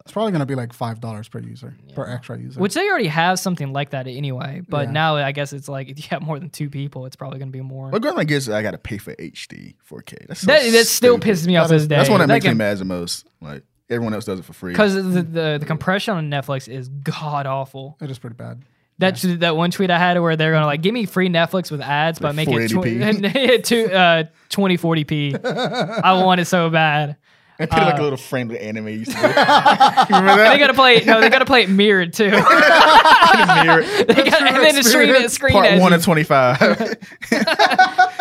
it's probably gonna be like five dollars per user, per extra user. Which they already have something like that anyway, but Yeah. now I guess it's like if you have more than two people, it's probably going to be more. My grandma gets I got to pay for HD 4K. That's so That, that still stupid. pisses me off to this day. That's one that makes me can- mad the most. Like everyone else does it for free. Because the, the the compression on Netflix is god awful. it is pretty bad. That's that one tweet I had where they're gonna like give me free Netflix with ads, but make it 480p. tw- to uh, 2040p. I want it so bad. I put uh, like a little friendly anime. Used to do. They Remember that? gotta play it. No, they gotta play it mirrored too. they Mirror. gotta, and then the screen it screen Part edges. one of twenty five. Give me-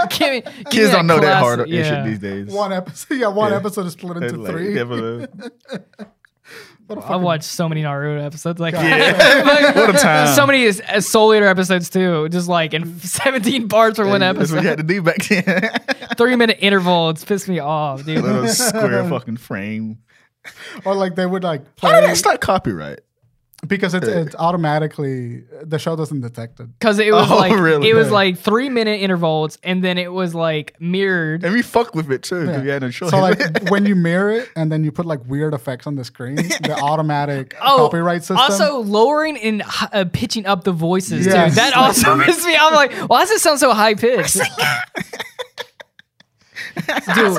give me Kids don't know that hard classic- yeah. shit yeah. these days. One episode, yeah, one Yeah. episode is split They're into like, three. yeah, but, uh, What a I've fucking- watched so many Naruto episodes. Like, What a time. so many is- uh, Soul Eater episodes too. Just like in 17 parts for one That's what episode, you had to do back then. three minute interval. It's pissed me off, dude. little square fucking frame. or like they would like How did play that start copyright? because it's it's automatically the show doesn't detect it. Cause it was Oh, like really? it was Yeah. like three minute intervals, and then it was like mirrored. And we fucked with it too, because we had no choice. So like when you mirror it and then you put like weird effects on the screen, the automatic Oh, copyright system. Also, lowering and hi- uh, pitching up the voices Yes. too. That also makes me. I'm like, why does it sound so high pitched? dude,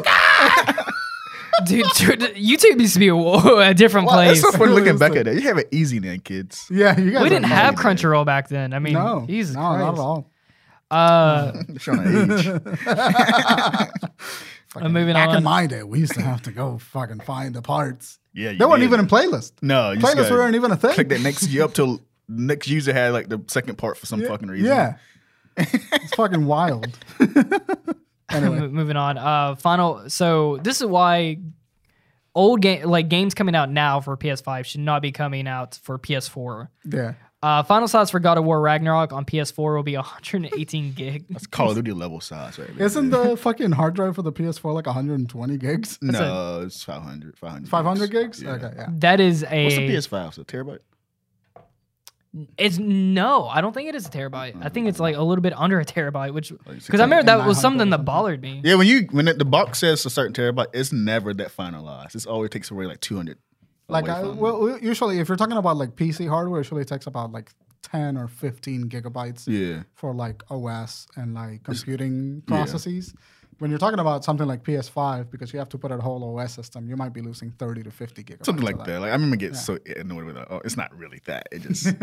dude, dude, YouTube used to be a, wo- a different Wow, that's place. so funny looking back at it. You have it easy then, kids. yeah, you guys. we are didn't have amazing. Crunchyroll back then. I mean, No, Jesus no, Christ. not at all. Uh, Showing our age. Fucking moving back on. in my day, we used to have to go fucking find the parts. Yeah, you They weren't did. even in playlist. No, you just Playlists gotta weren't even a thing. Click that next year up till next user had like the second part for some fucking reason. Yeah, it's fucking wild. Mo- moving on. Uh, final. So this is why old game like games coming out now for PS5 should not be coming out for PS4. Yeah. Uh, final size for God of War Ragnarok on PS4 will be 118 gig. It's Call of Duty level size, right? there. Isn't the fucking hard drive for the PS4 like 120 gigs? no, it's 500. 500 500 gigs? Yeah. Okay, yeah. That is What's a. the PS5? It's a terabyte? it's no, I don't think it is a terabyte. I think it's like a little bit under a terabyte, which because I 600. remember that 900 was something or that bothered me. Yeah, when you when it, the box says a certain terabyte, it's never that finalized. It's always takes away like 200. Like, away I, from it. well, usually if you're talking about like PC hardware, usually it takes about like ten or fifteen gigabytes Yeah. for like OS and like computing processes. When you're talking about something like PS5, because you have to put a whole OS system, you might be losing 30 to 50 gigabytes. Something of like that. Like I remember getting so annoyed with it. Oh, it's not really that. It just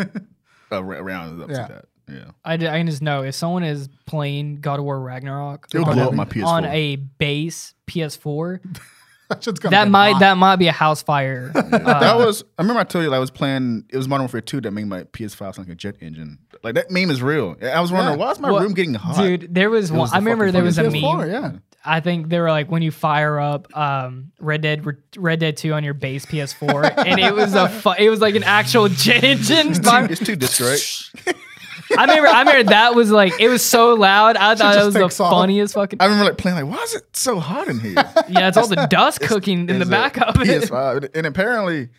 uh, ra- rounds up Yeah. to that. Yeah. I, d- I can just know if someone is playing God of War Ragnarok It would Oh, blow yeah. up my PS4. on a base PS4, That, shit's gonna that get might hot. that might be a house fire. Uh, that was. I remember I told you like, I was playing. It was Modern Warfare Two that made my PS5 sound like a jet engine. Like that meme is real. I was wondering Yeah. why is my Well, room getting hot, Dude, there was It one. was the I remember fucking there was a fucking PS4, meme. yeah. I think they were like when you fire up um, Red Dead Re- Red Dead Two on your base PS4, and it was a fu- it was like an actual jet engine. It's two discs, right? I remember I remember that was like it was so loud. I thought just it was the takes off. funniest fucking. I remember like playing like, why is it so hot in here? Yeah, it's all the dust cooking in the Is it back of it. PS5, and apparently,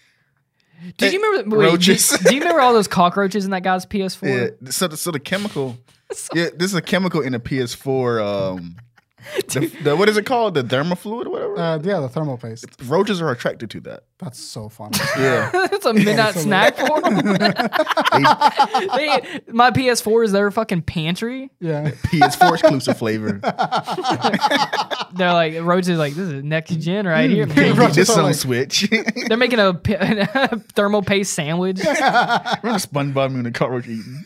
Do you remember? Wait, do, Eh, Roaches. do you remember all those cockroaches in that guy's yeah, PS4? so the, so the chemical, yeah, this is a chemical in the PS4. Um, the, the, what is it called? The thermofluid, or whatever. Uh, yeah, the thermal paste. Roaches are attracted to that. That's so funny. Yeah, That's a midnight snack for them. They- my PS4 is their fucking pantry. yeah. PS4 exclusive flavor. They're like roaches. Like this is next gen right here. Can't get Roaches this are on like- Switch. Remember They're making a, p- a thermal paste sandwich, SpongeBob and the cockroach eating.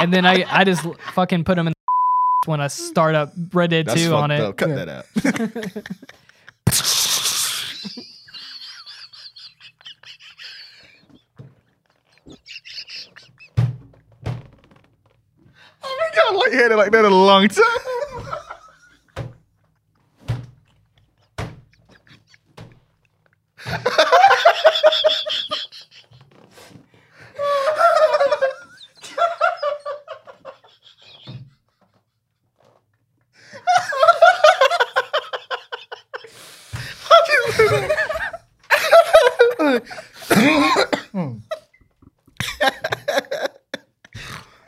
and then I, I just fucking put them in the when I start up Red Dead That's Two on fucked it. up. Cut Yeah. that out. oh my god, like had it like that in a long time.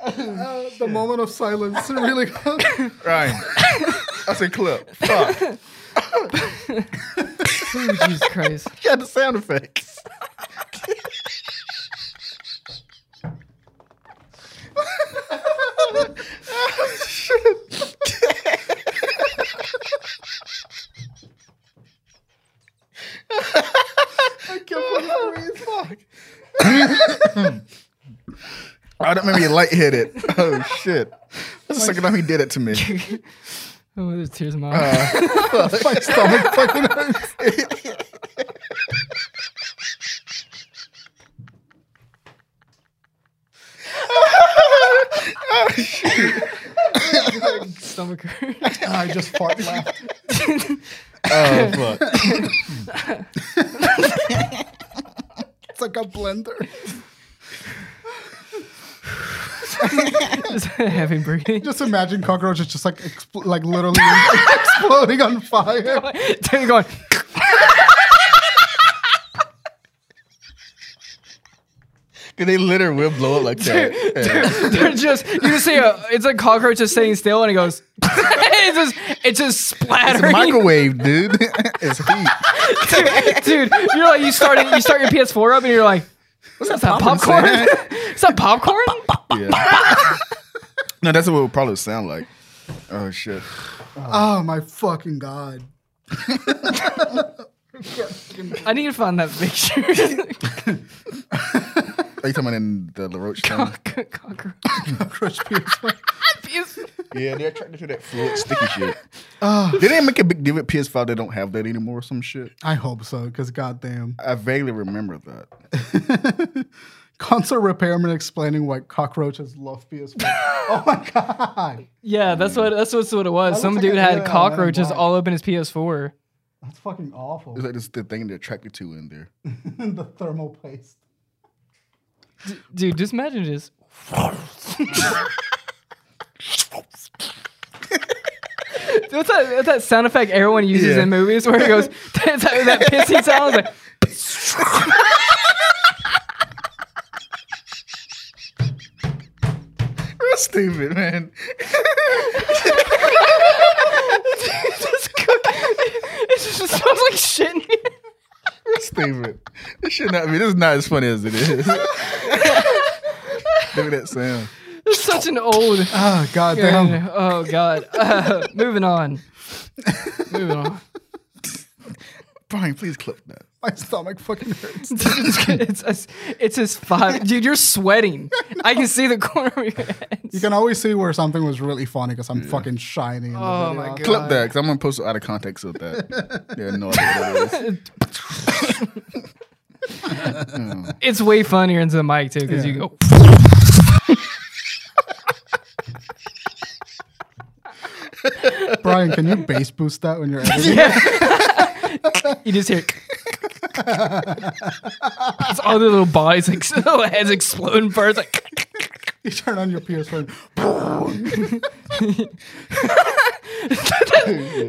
the moment of silence really. Ryan, that's a clip. Fuck. You Ooh, Jesus Christ! had the sound effects. Oh, that made me lightheaded. Oh shit. That's the second time he did it to me. Oh, there's tears in my Uh. eyes. my stomach fucking hurts. Stomach hurt. I just fart laughed. Oh fuck. It's like a blender. Just heavy breathing. Just imagine cockroaches just like expl- like literally exploding on fire. Just going. Cause they litter will blow up like that. Yeah. They're just you just see a it's like cockroach just sitting still and it goes it's just it's just It's a splattering microwave, dude. it's heat. dude you're like you started you start your PS4 up and you're like what's that, popcorn saying? is that popcorn Yeah. no, that's what it would probably sound like. Oh shit. Oh my fucking god. I need to find that picture Are you talking about in the LaRoche town? Co- cockroach Cockroach PS5. PS4. Yeah, they're attracted to that fluid sticky shit. They didn't make a big deal with PS5 they don't have that anymore or some shit. I hope so, because goddamn. I vaguely remember that. Console repairman explaining why cockroaches love PS5. oh my god. yeah that's what that's what's what it was some looks dude like a had yellow cockroaches and black. all up in his PS4 That's fucking awful. It's like this the thing they're attracted to in there. the thermal paste. D- dude just imagine just What's that, what's that sound effect everyone uses Yeah. in movies where it goes, that, that pissing sound? It's like, Real stupid, man. just cook. It just smells like shit. in here. Real stupid. This should not be. This is not as funny as it is. Look at that sound. You're such an old. Oh god damn. Oh god. Uh, moving on. Moving on. Brian, please clip that. My stomach fucking hurts. it's, it's, it's his five. Dude, you're sweating. I can see the corner of your head. You can always see where something was really funny because I'm fucking shiny. In the Oh, video. my God. Clip that because I'm gonna post it out of context of that. yeah, no idea what that is. It's way funnier into the mic too because you go. Brian, can you bass boost that when you're editing? You just hear. it's all the little bodies like little heads exploding first. Like You turn on your PS4.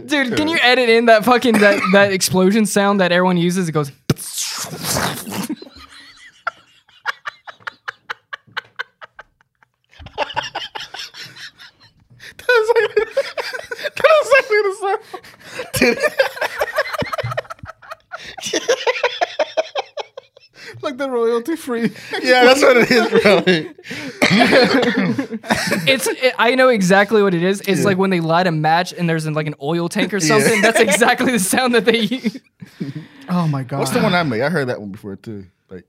Dude, can you edit in that fucking that, that explosion sound that everyone uses? It goes. like the royalty free. yeah, that's what it is, bro. It's. It, I know exactly what it is. It's like when they light a match and there's like an oil tank or something. That's exactly the sound that they use. Oh my god. What's the one I made? I heard that one before too. Like,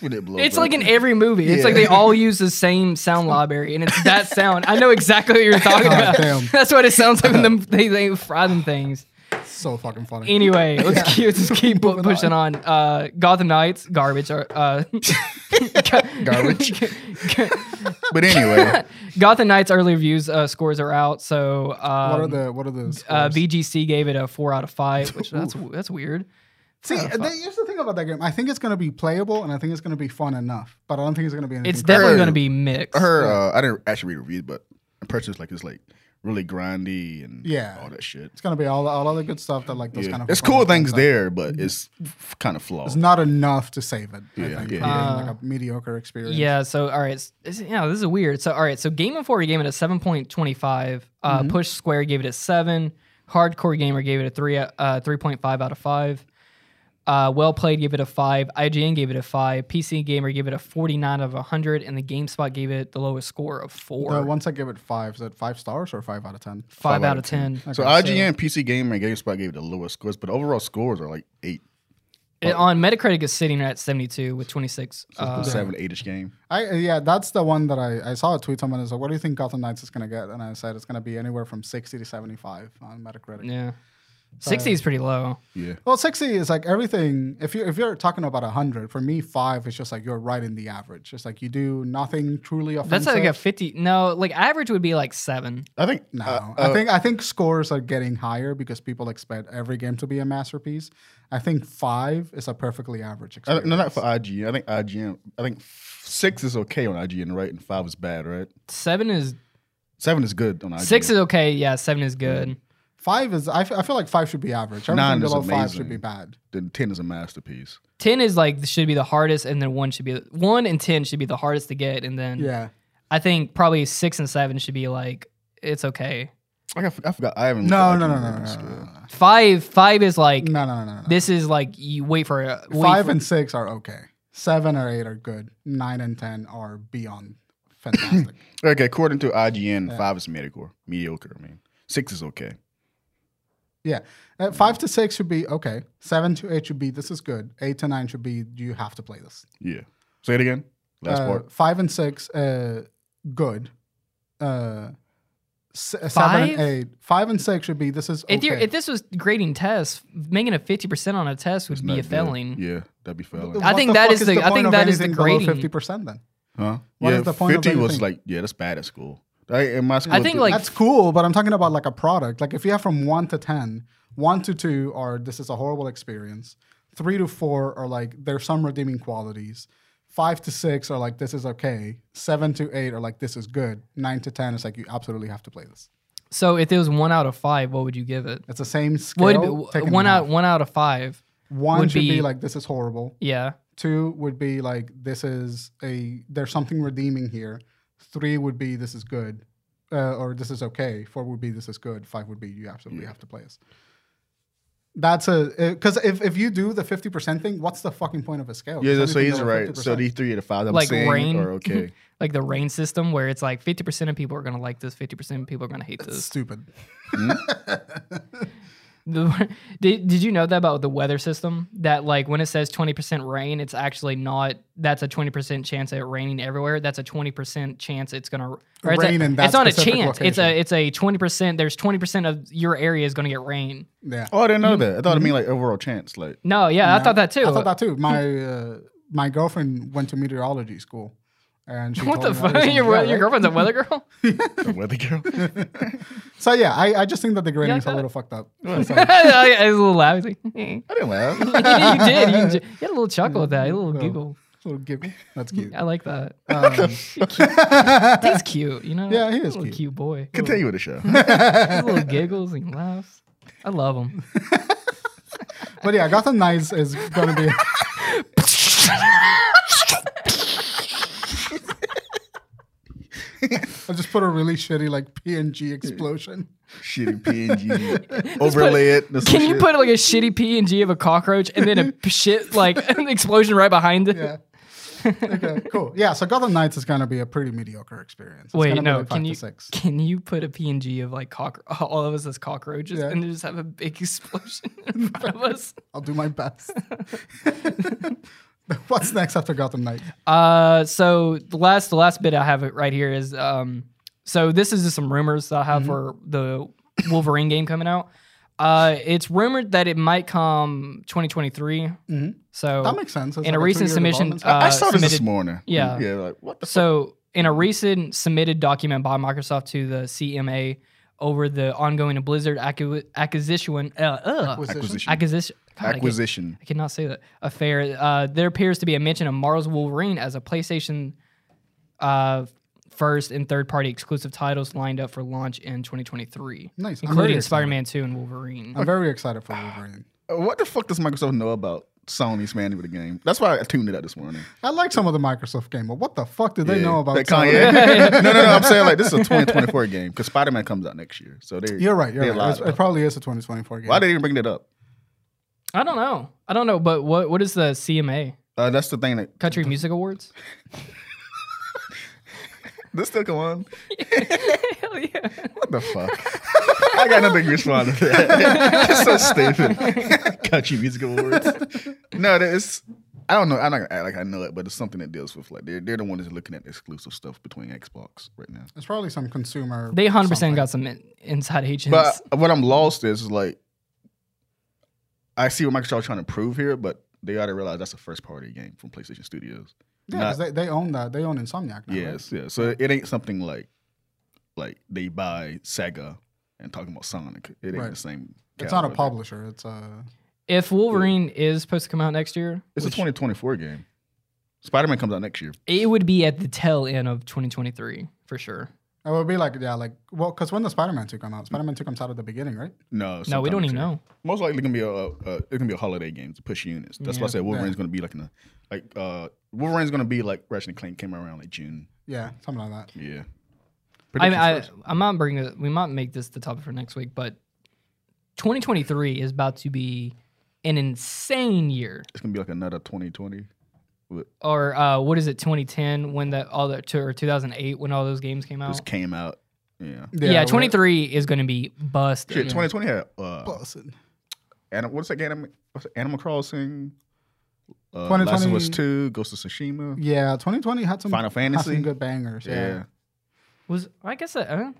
when it blows It's up. like in every movie. It's Yeah. like they all use the same sound library, and it's that sound. I know exactly what you're talking God about. damn. That's what it sounds like when them, they they fry them things. so fucking funny? Anyway, let's keep let's keep pu- pushing on. Uh, Gotham Knights garbage. Or, uh, Garbage. But anyway, Gotham Knights early reviews uh, scores are out. So um, what are the what are the scores? uh, VGC gave it a four out of five, which that's that's weird. See, and then here's the thing about that game. I think it's gonna be playable and I think it's gonna be fun enough, but I don't think it's gonna be anything. It's crazy. definitely Heard. going to be mixed. I heard. Uh, I didn't actually read reviews, but I purchased like it's like really grindy and Yeah. all that shit. It's gonna be all all other good stuff that like those Yeah. kind of. it's cool fun things are. there, but it's f- kind of flawed. It's not enough to save it. I Yeah, think, yeah, from yeah. being, like a mediocre experience. Yeah. So all right. s- This, yeah, this is weird. So all right. So Game Informer gave it a seven point twenty five. Uh, Push Square gave it a seven. Hardcore Gamer gave it a three uh, three point five out of five. Uh, well played gave it a five. IGN gave it a five. PC Gamer gave it a forty nine out of hundred, and the GameSpot gave it the lowest score of four. But once I give it five, is it five stars or five out of ten? five, out of ten. so IGN, PC Gamer, and GameSpot gave it the lowest scores, but overall scores are like eight, It- on Metacritic is sitting at seventy two with twenty six. Uh, seven, eight-ish game. I uh, yeah, that's the one that I, I saw a tweet someone is like, what do you think Gotham Knights is gonna get? And I said it's gonna be anywhere from sixty to seventy five on Metacritic. yeah, sixty is pretty low. Yeah, Well, sixty is like everything. If you if you're talking about hundred, for me five is just like you're right in the average. It's like you do nothing truly offensive. That's like a fifty. No, like average would be like seven. I think no, uh, I uh, think I think scores are getting higher because people expect every game to be a masterpiece. I think five is a perfectly average I experience. don't- no, not for IGN. I think IGN. I think f- six is okay on IGN, right? And five is bad, right? Seven is Seven is good on IGN. Six is okay. Yeah, seven is good. Five is I, f- I feel like five should be average. Everything Nine is below five should amazing. be bad. then ten is a masterpiece. Ten is like should be the hardest, and then one should be one and ten should be the hardest to get, and then Yeah. I think probably six and seven should be like it's okay. I, got, I forgot. I haven't. looked No, at no, no, IGN no, no, rating no, scale. no, Five five is like no, no, no, no, no. this is like you wait for a wait Mm. Five for- and six are okay. Seven or eight are good. Nine and ten are beyond fantastic. Okay, according to IGN, five is mediocre. Mediocre. I mean, six is okay. yeah, Uh, five to six should be okay. Seven to eight should be this is good. Eight to nine should be you have to play this. Yeah. Say it again. Last Uh, part. Five and six, uh, good. Uh, s- uh, seven Five? and eight. Five and six should be this is if you're okay. if this was grading tests, making a fifty percent on a test would be Not a good. failing. Yeah, that'd be failing. I think that that is is the- I think that is the grading. Fifty percent then. Huh? What yeah, is the point of fifty was anything? like yeah, that's bad at school. I, in my school, I think, th- like- That's cool, but I'm talking about like a product. Like if you have from one to ten, one to two are this is a horrible experience. Three to four are like there's some redeeming qualities. Five to six are like this is okay. Seven to eight are like this is good. Nine to ten is like you absolutely have to play this. So if it was one out of five, what would you give it? It's the same scale. Would taken in one out half. one out of five? One would should be, be- like this is horrible. Yeah. Two would be like this is a there's something redeeming here. Three would be this is good, uh, or this is okay. Four would be this is good. Five would be you absolutely have to play this. That's a because if, if you do the fifty percent thing, what's the fucking point of a scale? Yeah, Because so everything he's over right. So 50%. these three out of five that Like I'm saying rain. are okay. like the rain system where it's like 50% of people are going to like this 50% of people are going to hate That's this stupid. The- did, did you know that about the weather system that like when it says 20% rain it's actually not that's a 20% chance at raining everywhere that's a 20% chance it's going to Rain it's, a- in that it's not a specific chance it's a location. it's a 20% there's 20% of your area is going to get rain Yeah. oh, I didn't know that. I thought it mean like overall chance. Like no yeah i No. thought that too I thought that too. My uh, my girlfriend went to meteorology school, and she what told me the that was fuck in- your, yeah, your right? girlfriend's a weather girl the weather girl. So yeah, I, I just think that the grading's that- a little fucked up. i was Oh, a little loud He's like, "Eh." I didn't laugh. you did. You, enj- you had a little chuckle at that, a little No. giggle. So give that's cute. I like that. Um, He's cute, you know. Yeah, he is He's a cute. cute. cute boy. Continue with the show. His little giggles and laughs. I love him. but yeah, Gotham Knights is gonna be. I just put a really shitty like PNG explosion. Shitty PNG. Overlay it. This Can some you shit. put like a shitty P and G of a cockroach and then a p- shit like an explosion right behind it? Yeah. Okay, cool. Yeah, so Gotham Knights is gonna be a pretty mediocre experience. It's Wait, gonna no. Be like Can five you to six. can you put a PNG of like cock all of us as cockroaches Yeah. and just have a big explosion in front of us? I'll do my best. What's next after Gotham Knights? Uh, so the last the last bit I have it right here is um, so this is just some rumors that I Mm-hmm. have for the Wolverine game coming out. Uh, it's rumored that it might come 2023. So Mm-hmm. That makes sense. It's in a like recent two-year submission, development uh, cycle. I saw this this submitted- morning. Yeah. Yeah. Like what the. So, in a recent submitted document by Microsoft to the CMA over the ongoing Blizzard acqui- acquisition, uh, uh, Acquisition. Acquisition. acquisition, God, I can't- Acquisition. I cannot say that affair. Uh, there appears to be a mention of Marvel's Wolverine as a PlayStation uh, first and third party exclusive titles lined up for launch in 2023, nice. I'm very including excited. Spider Man 2 and Wolverine. I'm very excited for Wolverine. Uh, What the fuck does Microsoft know about Sony's man with the game? That's why I tuned it out this morning. I like some of the Microsoft game, but what the fuck do they Yeah. know about That Sony? Kanye? no, no, no. I'm saying like this is a 2024 game because Spider Man comes out next year. So they You're right. You're they right. lied It's- about It probably is a 2024 game. Why did they even bring that up? I don't know. I don't know, but what what is the CMA? Uh, that's the thing that Country Music Awards? this still come on. Hell yeah. What the fuck? I got nothing to respond to that. It's so stupid. Country music awards. No, that is. I don't know. I'm not gonna act like I know it, but it's something that deals with like they're they're the ones looking at exclusive stuff between Xbox right now. It's probably some consumer. They 100% something. got some in- inside agents. But what I'm lost is, is like, I see what Microsoft's trying to prove here, but they ought to realize that's a first party game from PlayStation Studios. Yeah, 'cause they, they own that. They own Insomniac now. right? yes, yeah. So it ain't something like like they buy Sega and talking about Sonic. It ain't Right. the same. It's not a caliber. publisher. It's uh, a. if Wolverine is supposed to come out next year, It's a which 2024 game. Spider Man comes out next year. it would be at the tail end of 2023 for sure. It would be like, yeah, like, well, because when the Spider Man 2 come out, Spider Man 2 comes out at the beginning, right? No, No, we sometime don't next even year. know. Most likely gonna be a, a, a it's gonna be a holiday game to push units. That's why I Yeah. said Wolverine's gonna be like in a like uh Wolverine's gonna be like Ratchet and Clank came around like June. Yeah, something like that. Yeah. I, Predictions I, first. I might bring it. We might make this the topic for next week, but 2023 is about to be an insane year. it's gonna be like another 2020. Or uh, what is it? 2010 when the all the or 2008 when all those games came out. Oh. Just came out. Yeah. Yeah, we're- 23 is going to be busted. Shit, 2020 had uh, Bussin'. anim- what's that game? Anim- What's it, Animal Crossing. Uh, 2020 Last of Us 2, Ghost of Tsushima, Yeah, 2020 had some, Final had some Fantasy. good bangers. yeah. Yeah. Was I guess that, uh,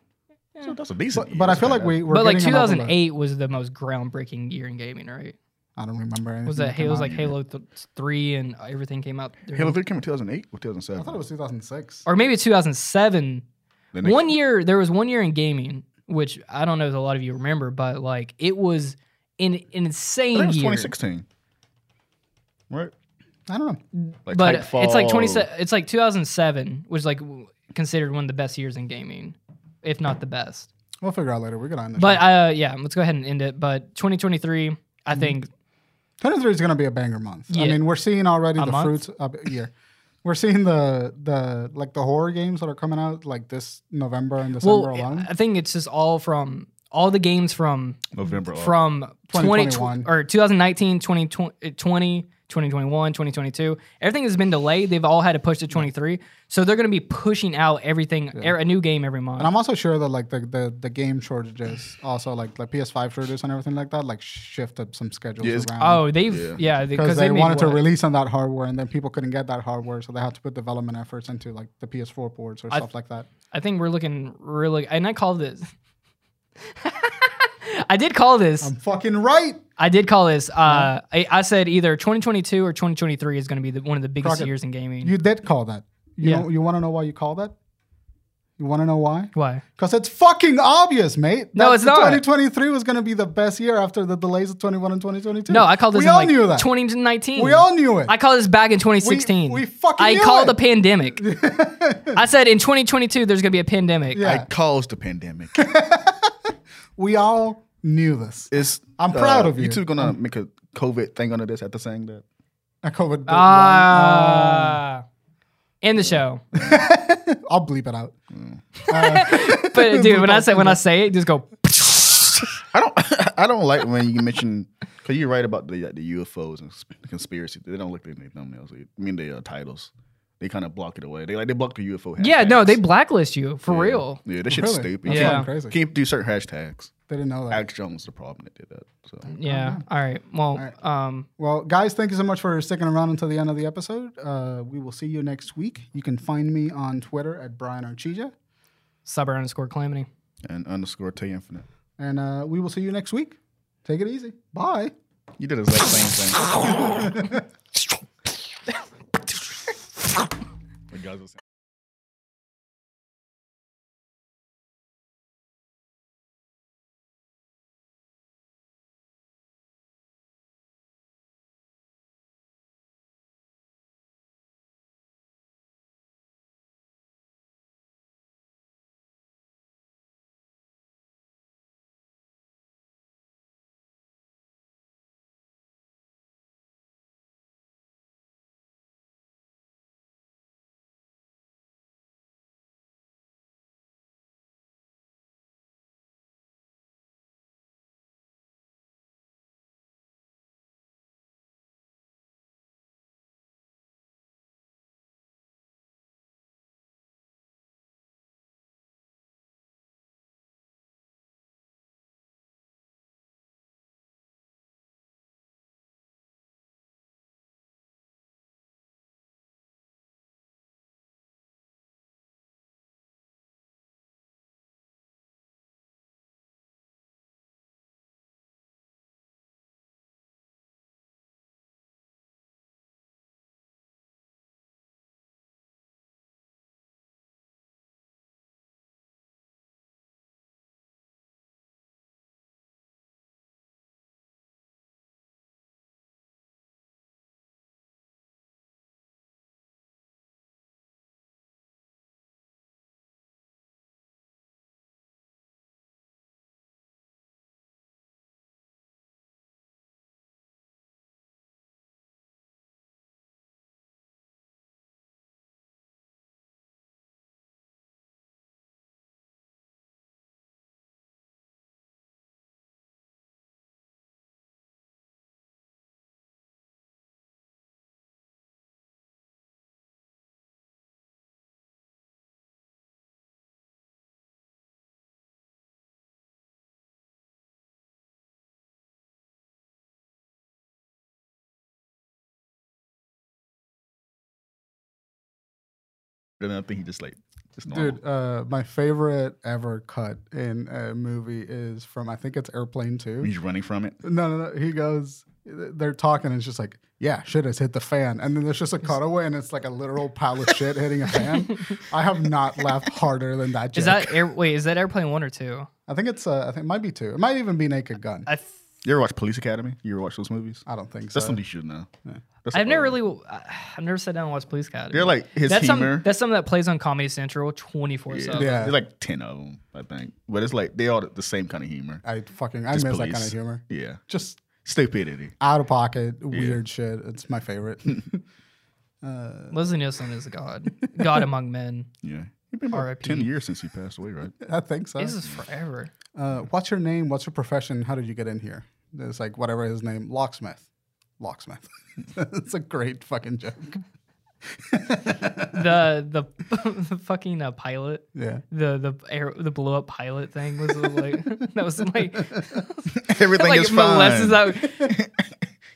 So that's a decent. But, but I feel like we were but like getting an overload. 2008 was the most groundbreaking year in gaming, right? I don't remember anything. Was that came Halo's out. like Halo th- 3 and everything came out? during- Halo 3 came in 2008 or I 2007. thought it was 2006. or maybe 2007 The next- one year there was one year in gaming which i don't know if a lot of you remember but like it was an, an I insane think it was year 2016. Right? I don't know. Like but it's like Titanfall. 20 it's like 2007 was like w- considered one of the best years in gaming if not the best We'll figure out later. We're gonna end this. but uh yeah let's go ahead and end it but 2023 Mm-hmm. i think 2023 is going to be a banger month. Yeah. I mean, we're seeing already A the month? fruits of year. We're seeing the the like the horror games that are coming out like this November and December well alone. i think it's just all from all the games from November. uh, from 2021 2021. or 2019 2020 2021 2022 everything has been delayed they've all had to push to 23 so they're going to be pushing out everything er- a new game every month And I'm also sure that like the, the, the game shortages, also like the PS5 shortages and everything like that, like shifted some schedules Yeah, it's- around. oh they've Yeah. yeah because because they, made wanted to what? release on that hardware, and then people couldn't get that hardware, so they had to put development efforts into like the PS4 ports or I- stuff like that. I think we're looking really, and I called this. I did call this. I'm fucking right. I did call this. Uh, I, I said either 2022 or 2023 is going to be the, one of the biggest Crockett, years in gaming. You did call that. You Yeah. know, you want to know why you call that? You want to know why? Why? Because it's fucking obvious, mate. No, That it's not. 2023 was going to be the best year after the delays of 21 and 2022. No, I called this. We in all like knew that. 2019. we all knew it. I called this back in 2016. We- we fucking I knew called it. a pandemic. I said in 2022 there's going to be a pandemic. Yeah. I caused the pandemic. we all knew this. It's I'm proud of you. You two gonna make a COVID thing under this after saying that? I covered. the- Ah. End the show. um, I'll bleep it out. But dude, when I say when I say it, just go. I don't. I don't like when you mention because you're right about the the UFOs and sp- conspiracy. They don't look in their thumbnails. I mean, the uh, titles. They kind of block it away. They like they block the UFO. Hashtags. Yeah, no, they blacklist you for real. Oh, Yeah, that shit's Really? stupid. That's Yeah. fucking crazy. Can you do certain hashtags? They didn't know that. Alex Jones was the problem that did that. So Yeah. All right. Well, um, Well, guys, thank you so much for sticking around until the end of the episode. Uh, we will see you next week. You can find me on Twitter at Brian Archija, sub underscore calamity. and underscore T Infinite. and uh, we will see you next week. Take it easy. Bye. You did the exact same thing. The guys was- Then I think he just like just normal. Dude, uh, my favorite ever cut in a movie is from, I think it's Airplane 2. He's running from it. No, no, no. He goes, they're talking, and it's just like, yeah, shit has hit the fan. And then there's just a cutaway, and it's like a literal pile of shit hitting a fan. I have not laughed harder than that. Joke. Is that air, wait? Is that airplane one or two? I think it's. Uh, I think it might be two. It might even be Naked Gun. I th- You ever watch Police Academy? You ever watch those movies? I don't think so. That's something you should know. That's I've never all. really, I- I've never sat down and watched Police Academy. They're like his that's humor. Some, that's something that plays on Comedy Central twenty four yeah. seven. Yeah. there's like ten of them, I think. But it's like they all the same kind of humor. I fucking I miss Just that kind police. of humor. Yeah, Just stupidity. out of pocket, weird shit. It's my favorite. Leslie Nielsen is a god, god among men. Yeah, It's been about RIP. ten years since he passed away, right? I think so. This is forever. Uh, what's your name? What's your profession? How did you get in here? It's like whatever his name, locksmith. Locksmith. it's a great fucking joke. The the, the fucking uh, pilot. Yeah. The the air the blow up pilot thing was uh, like that was like Everything like is fine. molests that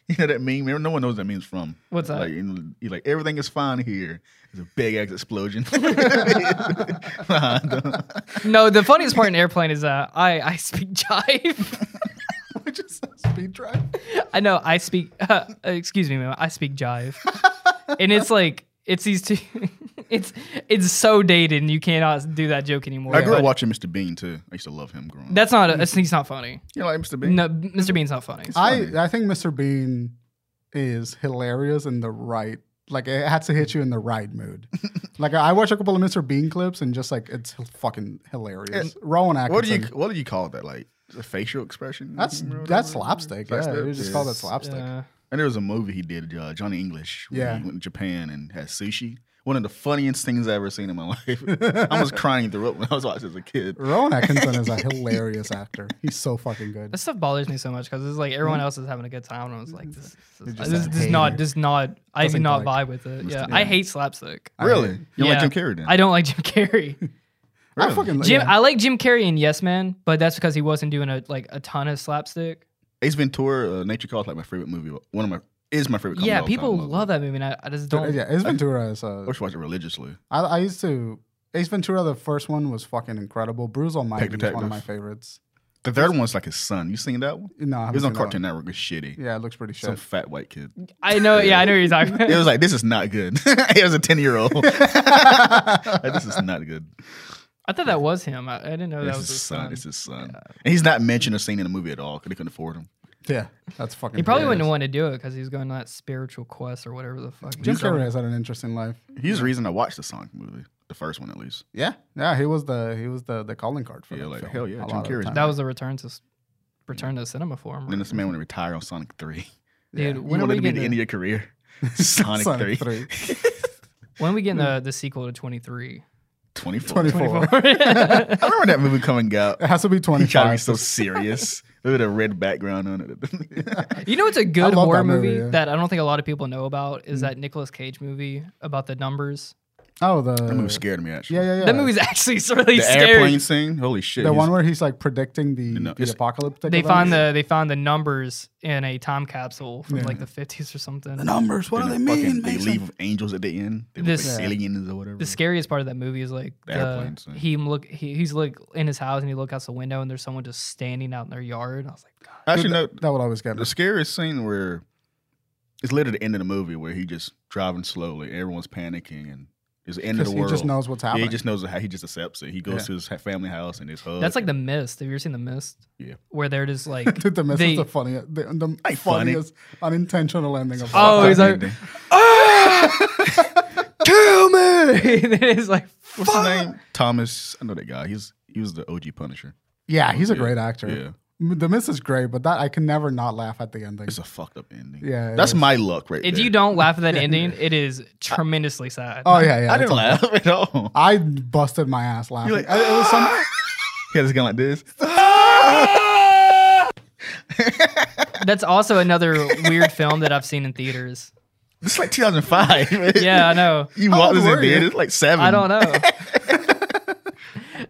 you know that meme? No one knows what that meme's from. What's that? Like, you know, you're like everything is fine here. It's a big ass explosion. Nah, No, the funniest part in airplane is uh, I I speak jive. Which is a speed drive. I know I speak. Uh, excuse me, ma'am. I speak jive, and it's like it's these two. it's it's so dated, and you cannot do that joke anymore. I grew but up watching Mr. Bean too. I used to love him growing up. That's not. It's, he's not funny. You know, like Mr. Bean? No, Mr. Bean's not funny. I, funny. I think Mr. Bean is hilarious in the right. Like it has to hit you in the right mood. like I watch a couple of Mr. Bean clips and just like it's h- fucking hilarious. Rowan Atkinson. What do you What do you call that? Like a facial expression? That's Or whatever? that's slapstick. Yeah, Slapstick, you just yeah. call that slapstick. Uh, And there was a movie he did, uh, Johnny English. When Yeah. he went to Japan and had sushi. One of the funniest things I've ever seen in my life. I was crying through it when I was watching as a kid. Rowan Atkinson is a hilarious actor. He's so fucking good. that stuff bothers me so much because it's like everyone else is having a good time, and I was like, this, this, Mm-hmm. just this, a this is not, hater. this is not. I do Doesn't not like vibe with it. Yeah, I hate slapstick. Really? hate- You don't Yeah. like Jim Carrey then? I don't like Jim Carrey. I Really? fucking Jim, yeah. I like Jim Carrey in Yes Man, but that's because he wasn't doing a like a ton of slapstick. Ace Ventura, uh, Nature Call is like my favorite movie. One of my is my favorite. yeah, people love that movie, and I, I just don't. yeah, Ace Ventura is a I watch it religiously. I, I used to Ace Ventura. The first one was fucking incredible. Bruise Almighty Pet is one of Detective. my favorites. The third one's like his son. You seen that one? No, I It haven't was on seen that Cartoon Network. It's shitty. one. Yeah, it looks pretty Some shit. fat white kid. I know. Yeah, I know what you're talking It about. was like this is not good. it was a ten year old. this is not good. I thought that was him. I, I didn't know that It's was his his son. son. It's his son. And he's not mentioned or seen in the movie at all because they couldn't afford him. yeah, that's fucking. He probably hilarious. wouldn't want to do it because he was going on that spiritual quest or whatever the fuck. Jim Carrey has had an interesting life. He's the reason I watched the Sonic movie, the first one at least. Yeah, yeah, he was the he was the the calling card for Yeah, that like, film hell yeah, a Jim lot of the Carrey's time. That was a return to s- return to cinema for him. And then this man want to retire on Sonic Three. Dude, yeah. when you are want it we to be the end getting of your career? Sonic, Sonic 3. Three. when are we getting the, the sequel to Twenty Three? 24. 24. I remember that movie coming out. It has to be He tried to be 25. so serious. Look at the red background on it. You know what's a good love horror that movie, movie, yeah. that I don't think a lot of people know about is that Nicolas Cage movie about the numbers. Oh, the that movie scared me actually. yeah, yeah, yeah. That movie's actually really The scary. airplane scene. Holy shit. the he's- one where he's like predicting the, No, the it's- apocalyptic. They events. found the they found the numbers in a time capsule from Yeah. like the fifties or something. numbers. What and do the they mean? fucking- They Mason? leave with angels at the end. They This- uh, this, like Yeah. aliens or whatever. The scariest part of that movie is like The the- airplane scene. he look he, he's like in his house and he look out the window and there's someone just standing out in their yard. I was like, God. actually, no. That would always get me. The scariest scene where it's literally the end of the movie where he just driving slowly. Everyone's panicking and it's the end of Because the he world. just knows what's Yeah, happening. he just knows how he just accepts it. He goes Yeah. to his ha- family house and his hug. That's like the mist. Have you ever seen the mist? Oh, Yeah. Where they're just like Dude, the mess They- is the funniest, the, the Ain't funny. funniest unintentional ending of all Oh, time. he's like Ending. Kill me And it's like What's fuck. his name? Thomas. I know that guy. He's he was the OG Punisher. yeah, he's a Yeah, great actor. Yeah, M- The Miss is great, but that I can never not laugh at the ending. it's a fucked up ending. Yeah, it that's is. my luck right If there. you don't laugh at that ending, it is tremendously sad. Oh yeah, yeah. I it's didn't a- laugh at all. I busted my ass laughing. You're like, I- it was some- He had his gun like this. Ah! That's also another weird film that I've seen in theaters. It's like 2005. man. Yeah, I know. You How walk old this were in there. you? It's like seven. I don't know.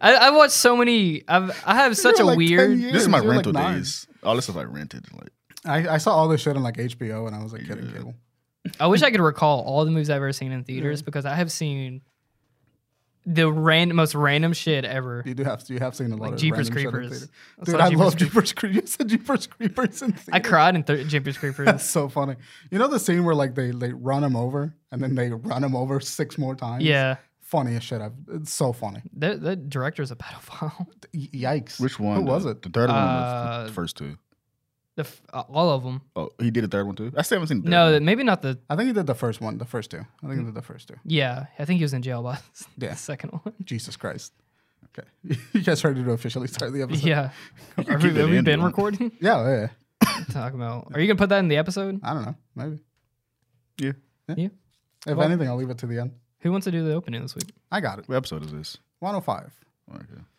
I, I've watched so many. I've I have such were a like 10 weird. years. This is my You're like rental nine. days. All this stuff I rented. Like I, I saw all this shit on like HBO when I was a kid in cable. I wish I could recall all the movies I've ever seen in Mm-hmm. theaters because I have seen the ran, most random shit ever. You do have you have seen a lot Like of Jeepers random shit in Creepers. theater. I Dude, saw I Jeepers love Jeepers Creepers. You said Jeepers Creepers in theater. I cried in th- Jeepers That's Creepers. so funny. You know the scene where like they they run him over and then they run him over six more times. yeah, funniest shit. I've, it's so funny. the, the director's a pedophile. Y- Yikes! which one? Who was The- it? The third one. was Uh, the first two. The f- uh, all of them. Oh, he did the third one too. I still haven't seen. The third No, one. that- maybe not the. I think he did the first one, the first two. I Hmm. think he did the first two. Yeah, I think he was in jail by the Yeah. second one. Jesus Christ. Okay, you guys ready to officially start the episode? Yeah. Have we, keep it have we in, been dude. recording? Yeah, yeah, yeah. Talk about. Are you gonna put that in the episode? I don't know. Maybe. Yeah. Yeah. If Well- anything, I'll leave it to the end. Who wants to do the opening this week? I got it. What episode is this? 105. Okay.